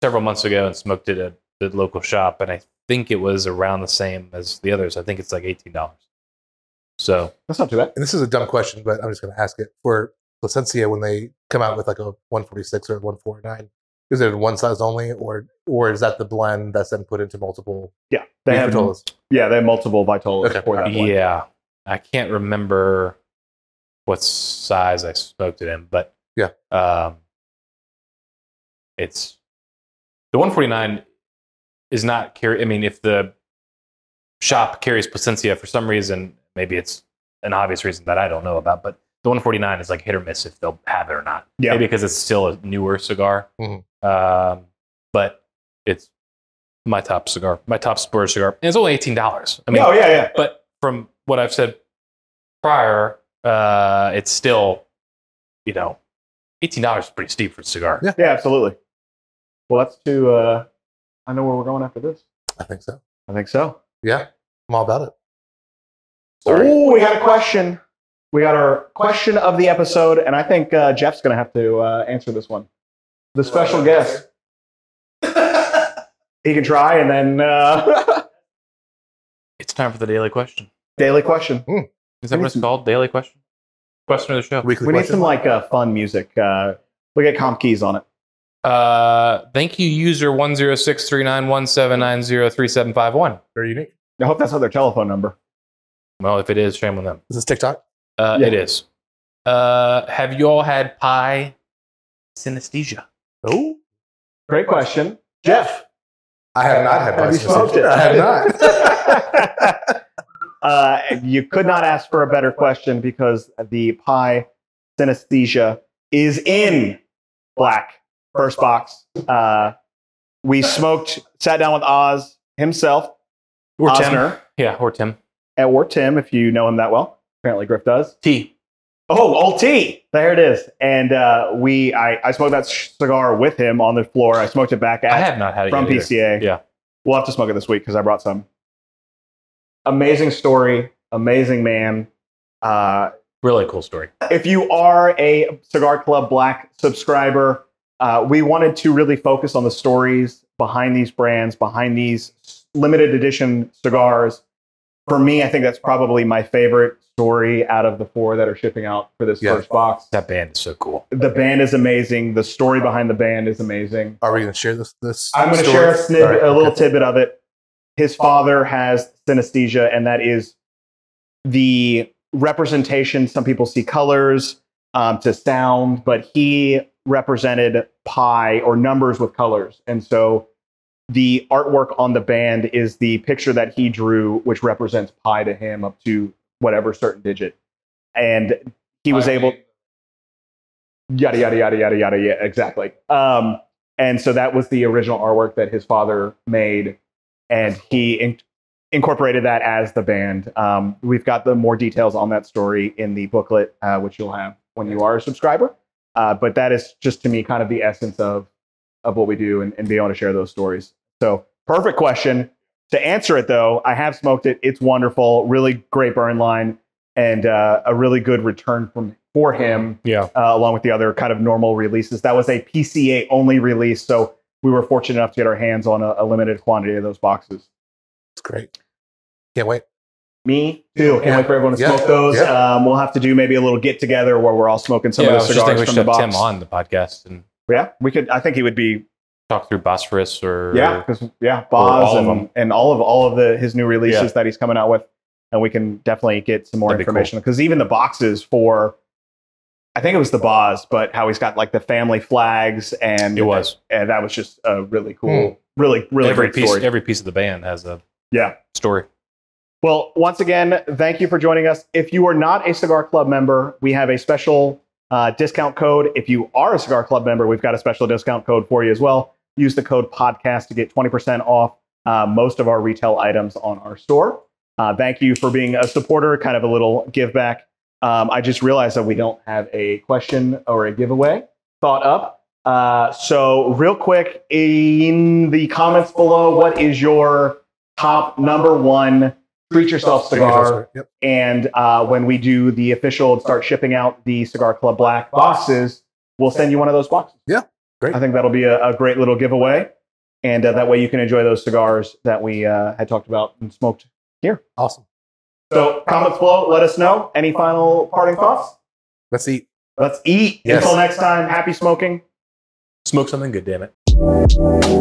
S3: several months ago and smoked it at the local shop, and I think it was around the same as the others. I think it's like eighteen dollars. So
S1: that's not too bad.
S2: And this is a dumb question, but I'm just going to ask it for Placencia when they come out with like a 146 or 149. Is it in one size only, or or is that the blend that's then put into multiple
S1: Yeah. They
S2: Yeah,
S1: have,
S2: Vitolas.
S1: yeah, they have multiple Vitolas
S2: Okay.
S1: for that one.
S3: yeah, I can't remember what size I smoked it in, but
S2: Yeah.
S3: um, it's the 149 is not carry. I mean, if the shop carries Placencia for some reason, maybe it's an obvious reason that I don't know about, but the 149 is like hit or miss if they'll have it or not.
S1: Yeah. Mm-hmm.
S3: Maybe because it's still a newer cigar.
S2: Mhm.
S3: Um, but it's my top cigar, my top spur cigar. And it's only $18. I mean,
S1: oh, yeah, yeah.
S3: but from what I've said prior, uh, it's still you know, eighteen dollars is pretty steep for a cigar.
S2: Yeah.
S1: Yeah, absolutely. Well, that's to. Uh, I know where we're going after this.
S2: I think so.
S1: I think so.
S2: Yeah, I'm all about it.
S3: Sorry.
S1: Oh, we got a question. We got our question of the episode, and I think uh, Jeff's going to have to uh, answer this one. The special guest. he can try, and then uh,
S3: It's time for the daily question.
S1: daily question.
S3: Is that
S1: We
S3: what
S1: need
S3: it's
S1: some-
S3: called? Daily question. Question of the show.
S2: Weekly
S1: We need
S2: question.
S1: some like uh, fun music. Uh, we get comp keys on it.
S3: Uh, thank you, user one zero six three nine one seven nine zero three seven five one.
S2: Very unique.
S1: I hope that's not their telephone number.
S3: Well, if it is, shame on them.
S2: Is this TikTok?
S3: Uh,
S1: Yeah.
S3: It is. Uh, have you all had pie synesthesia?
S2: Oh,
S1: Great question, Jeff.
S2: I have not had.
S1: Have you
S2: Bison's.
S1: smoked it?
S2: I have not.
S1: uh, you could not ask for a better question because the pie synesthesia is in black first box. Uh, we smoked, sat down with Oz himself,
S3: Or Tim?
S1: Ozner,
S3: Yeah, or Tim.
S1: and or Tim, if you know him that well. Apparently, Griff does.
S3: T.
S1: Oh, Alt T. There it is. And uh, we, I, I smoked that sh- cigar with him on the floor. I smoked it back at
S3: I have not had it
S1: from
S3: yet either.
S1: PCA.
S3: Yeah.
S1: We'll have to smoke it this week because I brought some. Amazing story, amazing man. Uh,
S3: Really cool story.
S1: if you are a Cigar Club Black subscriber, uh, we wanted to really focus on the stories behind these brands, behind these limited edition cigars. For me, I think that's probably my favorite story out of the four that are shipping out for this
S2: Yeah.
S1: first box.
S3: That band is so cool.
S1: The band is amazing. The story behind the band is amazing.
S2: Are we going to share this? This
S1: I'm going to
S2: story?
S1: share a, snid,
S2: All right,
S1: a little
S2: okay.
S1: tidbit of it. His father has synesthesia, and that is the representation. Some people see colors um, to sound, but he represented pi or numbers with colors. And so the artwork on the band is the picture that he drew, which represents pi to him up to whatever certain digit. And he was able yada yada yada yada yada yeah exactly um and so that was the original artwork that his father made and he in- incorporated that as the band um we've got the more details on that story in the booklet uh, which you'll have when you are a subscriber uh, but that is just to me kind of the essence of of what we do and, and being able to share those stories so perfect question to answer it though i have smoked it it's wonderful really great burn line and uh, a really good return from for him
S3: Yeah.
S1: uh, along with the other kind of normal releases. That was a PCA only release, so we were fortunate enough to get our hands on a, a limited quantity of those boxes.
S2: It's great. Can't wait.
S1: Me too. Can't
S2: Yeah.
S1: wait for everyone to
S2: Yeah.
S1: smoke those.
S2: Yeah.
S1: Um, we'll have to do maybe a little get together where we're all smoking some
S3: yeah, I
S1: of
S3: was
S1: the
S3: just thinking
S1: cigars from
S3: we should
S1: the
S3: have
S1: box.
S3: Tim on the podcast and
S1: Yeah, we could. I think he would be.
S3: talk through Bosphorus or
S1: Yeah, because yeah, Boz
S3: all of
S1: and,
S3: them.
S1: and all of all of the his new releases
S3: Yeah.
S1: that he's coming out with, and we can definitely get some more
S3: That'd be cool.
S1: information because even the boxes for. I think it was the Boz, but how he's got like the family flags and
S3: it was.
S1: and that was just a really cool, really, really
S3: every
S1: great
S3: piece
S1: story.
S3: every piece of the band has a
S1: Yeah.
S3: story.
S1: well, once again, thank you for joining us. If you are not a Cigar Club member, we have a special uh, discount code. If you are a Cigar Club member, we've got a special discount code for you as well. Use the code podcast to get 20% off uh, most of our retail items on our store. Uh, thank you for being a supporter, kind of a little give back. Um, I just realized that we don't have a question or a giveaway thought up. Uh, so, real quick, in the comments below, what is your top number one treat yourself cigar?
S2: Yep.
S1: And uh, when we do the official and start shipping out the Cigar Club Black boxes, we'll send you one of those boxes.
S2: Yeah, great.
S1: I think that'll be a, a great little giveaway. And uh, that way you can enjoy those cigars that we uh, had talked about and smoked.
S2: Awesome.
S1: So, comments below, let us know. Any final parting thoughts?
S2: Let's eat.
S1: Let's eat.
S2: Yes.
S1: Until next time, happy smoking.
S3: Smoke something good, damn it.